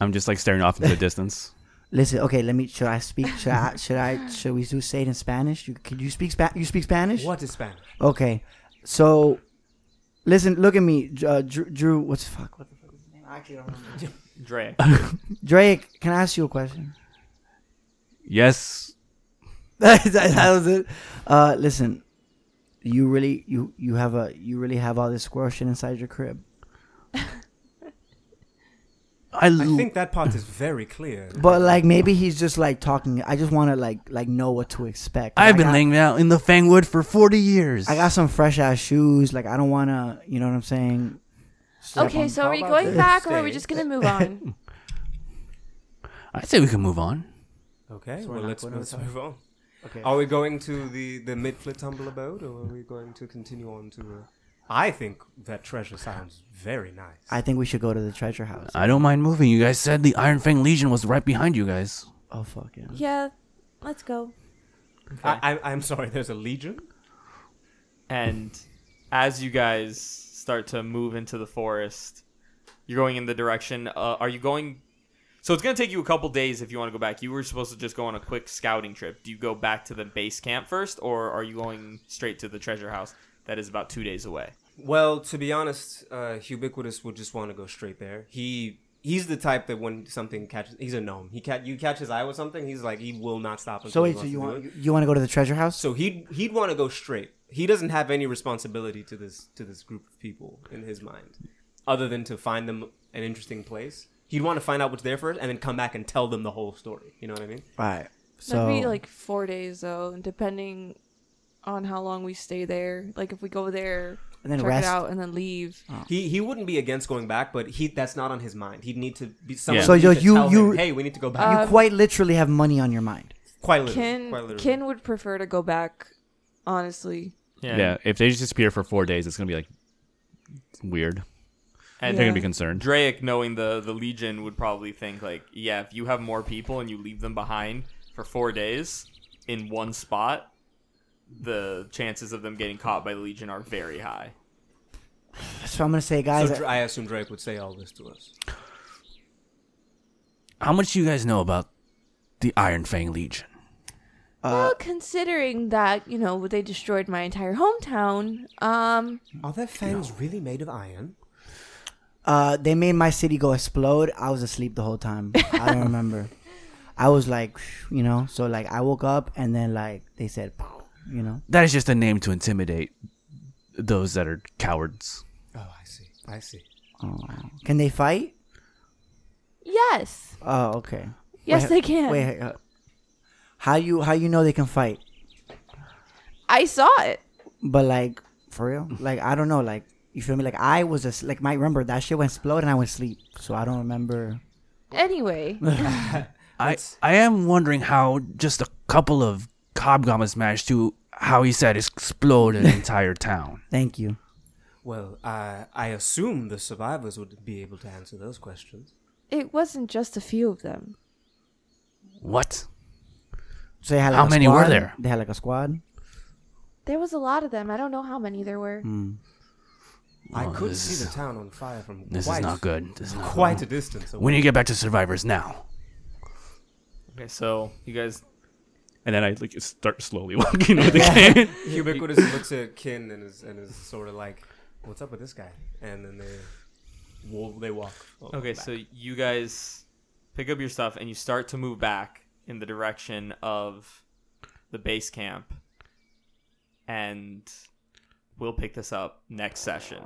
I'm just like staring off into the distance.
*laughs* Listen. Okay, let me. Should I speak? Should I? Should I? Should we do say it in Spanish? You, can you speak? Spa- you speak Spanish?
What is Spanish?
Okay, so listen, look at me, J- uh, Drew, Drew. What's fuck? What the fuck is his name? I actually don't remember.
Drake,
Drake, can I ask you a question? *laughs*
yes,
that, that was it. Uh, listen, you really, you you have a, you really have all this squirrel shit inside your crib.
I,
I
l-
think that part is very clear.
But like, maybe he's just like talking. I just want to like, like know what to expect.
I've
I
been
got-
laying out in the Fangwood for forty years.
I got some fresh ass shoes. Like, I don't want to. You know what I'm saying?
Okay, so are we going back or are we just gonna move on?
I say we can move on.
Okay,
So we're
well,
not
let's,
going to
let's
the top?
move on.
Okay.
Are we going to the, the Midflit Tumble Abode, or are we going to continue on to... Uh, I think that treasure sounds very nice.
I think we should go to the treasure house.
I don't mind moving. You guys said the Iron Fang Legion was right behind you guys.
Oh fuck yeah.
yeah, let's go.
I, I, I'm sorry, there's a legion?
*laughs* and as you guys start to move into the forest, you're going in the direction. Uh, are you going? So it's gonna take you a couple days if you want to go back. You were supposed to just go on a quick scouting trip. Do you go back to the base camp first, or are you going straight to the treasure house that is about two days away?
Well, to be honest, uh, Ubiquitous would just want to go straight there. He he's the type that when something catches, he's a gnome. He ca- you catch his eye with something, he's like he will not stop until
So
he
wait, so
wants to
you
do
want
it.
you, you want to go to the treasure house?
So he'd he'd want to go straight. He doesn't have any responsibility to this to this group of people in his mind, other than to find them an interesting place. He'd want to find out what's there first, and then come back and tell them the whole story. You know what I mean?
Right. So
That'd be like four days though, and depending on how long we stay there. Like if we go there,
And then
check
rest.
it out, and then leave.
He he wouldn't be against going back, but he that's not on his mind. He'd need to be someone.
Yeah.
So
So
you,
yo- you- you-
hey, we need to go
you
um,
back.
quite literally have money on your mind.
quite literally, quite
Kin
literally.
Kin would prefer to go back, honestly.
if they just disappear for four days, it's gonna be like weird.
And
Yeah.
concerned.
Drake, knowing the the Legion, would probably think like, yeah, if you have more people and you leave them behind for four days in one spot, the chances of them getting caught by the Legion are very high.
So I'm gonna say, guys,
So Dra- I assume Drake would say all this to us.
How much do you guys know about the Iron Fang Legion?
well, considering that you know they destroyed my entire hometown, um,
Are their fangs really made of iron?
uh, they made my city go explode. I was asleep the whole time.
*laughs*
I don't remember. I was like, you know, so like I woke up and then like they said, you know,
That is just a name to intimidate those that are cowards.
Oh, I see. I see.
Can they fight?
Yes.
Oh, okay.
Yes,
Wait,
they can.
Wait, uh, how you how you know they can fight?
I saw it.
But like for real,
Mm.
like I don't know. Like you feel me? Like I was just like my remember that shit went explode and I went sleep, so I don't remember.
Anyway,
I I am wondering how just a couple of cobgommas managed to how he said explode an entire town.
Thank you.
Well, I I assume the survivors would be able to answer those questions.
it wasn't just a few of them.
What?
So they had like
How
a
many were
squad?
there?
They had like a squad.
There was a lot of them. I don't know how many there were.
I
Oh,
could
this
see
is-
the town on fire from
This
quite,
is not good. This is not
quite a
good.
distance away.
We need to get back to survivors now.
Okay, so you guys
And then I like start slowly *laughs* walking with the cane.
Ubiquitous looks at Kin and is and is sort of like, "What's up with this guy?" And then they, well, they walk. over
Okay,
back.
so you guys pick up your stuff and you start to move back in the direction of the base camp. And we'll pick this up next session.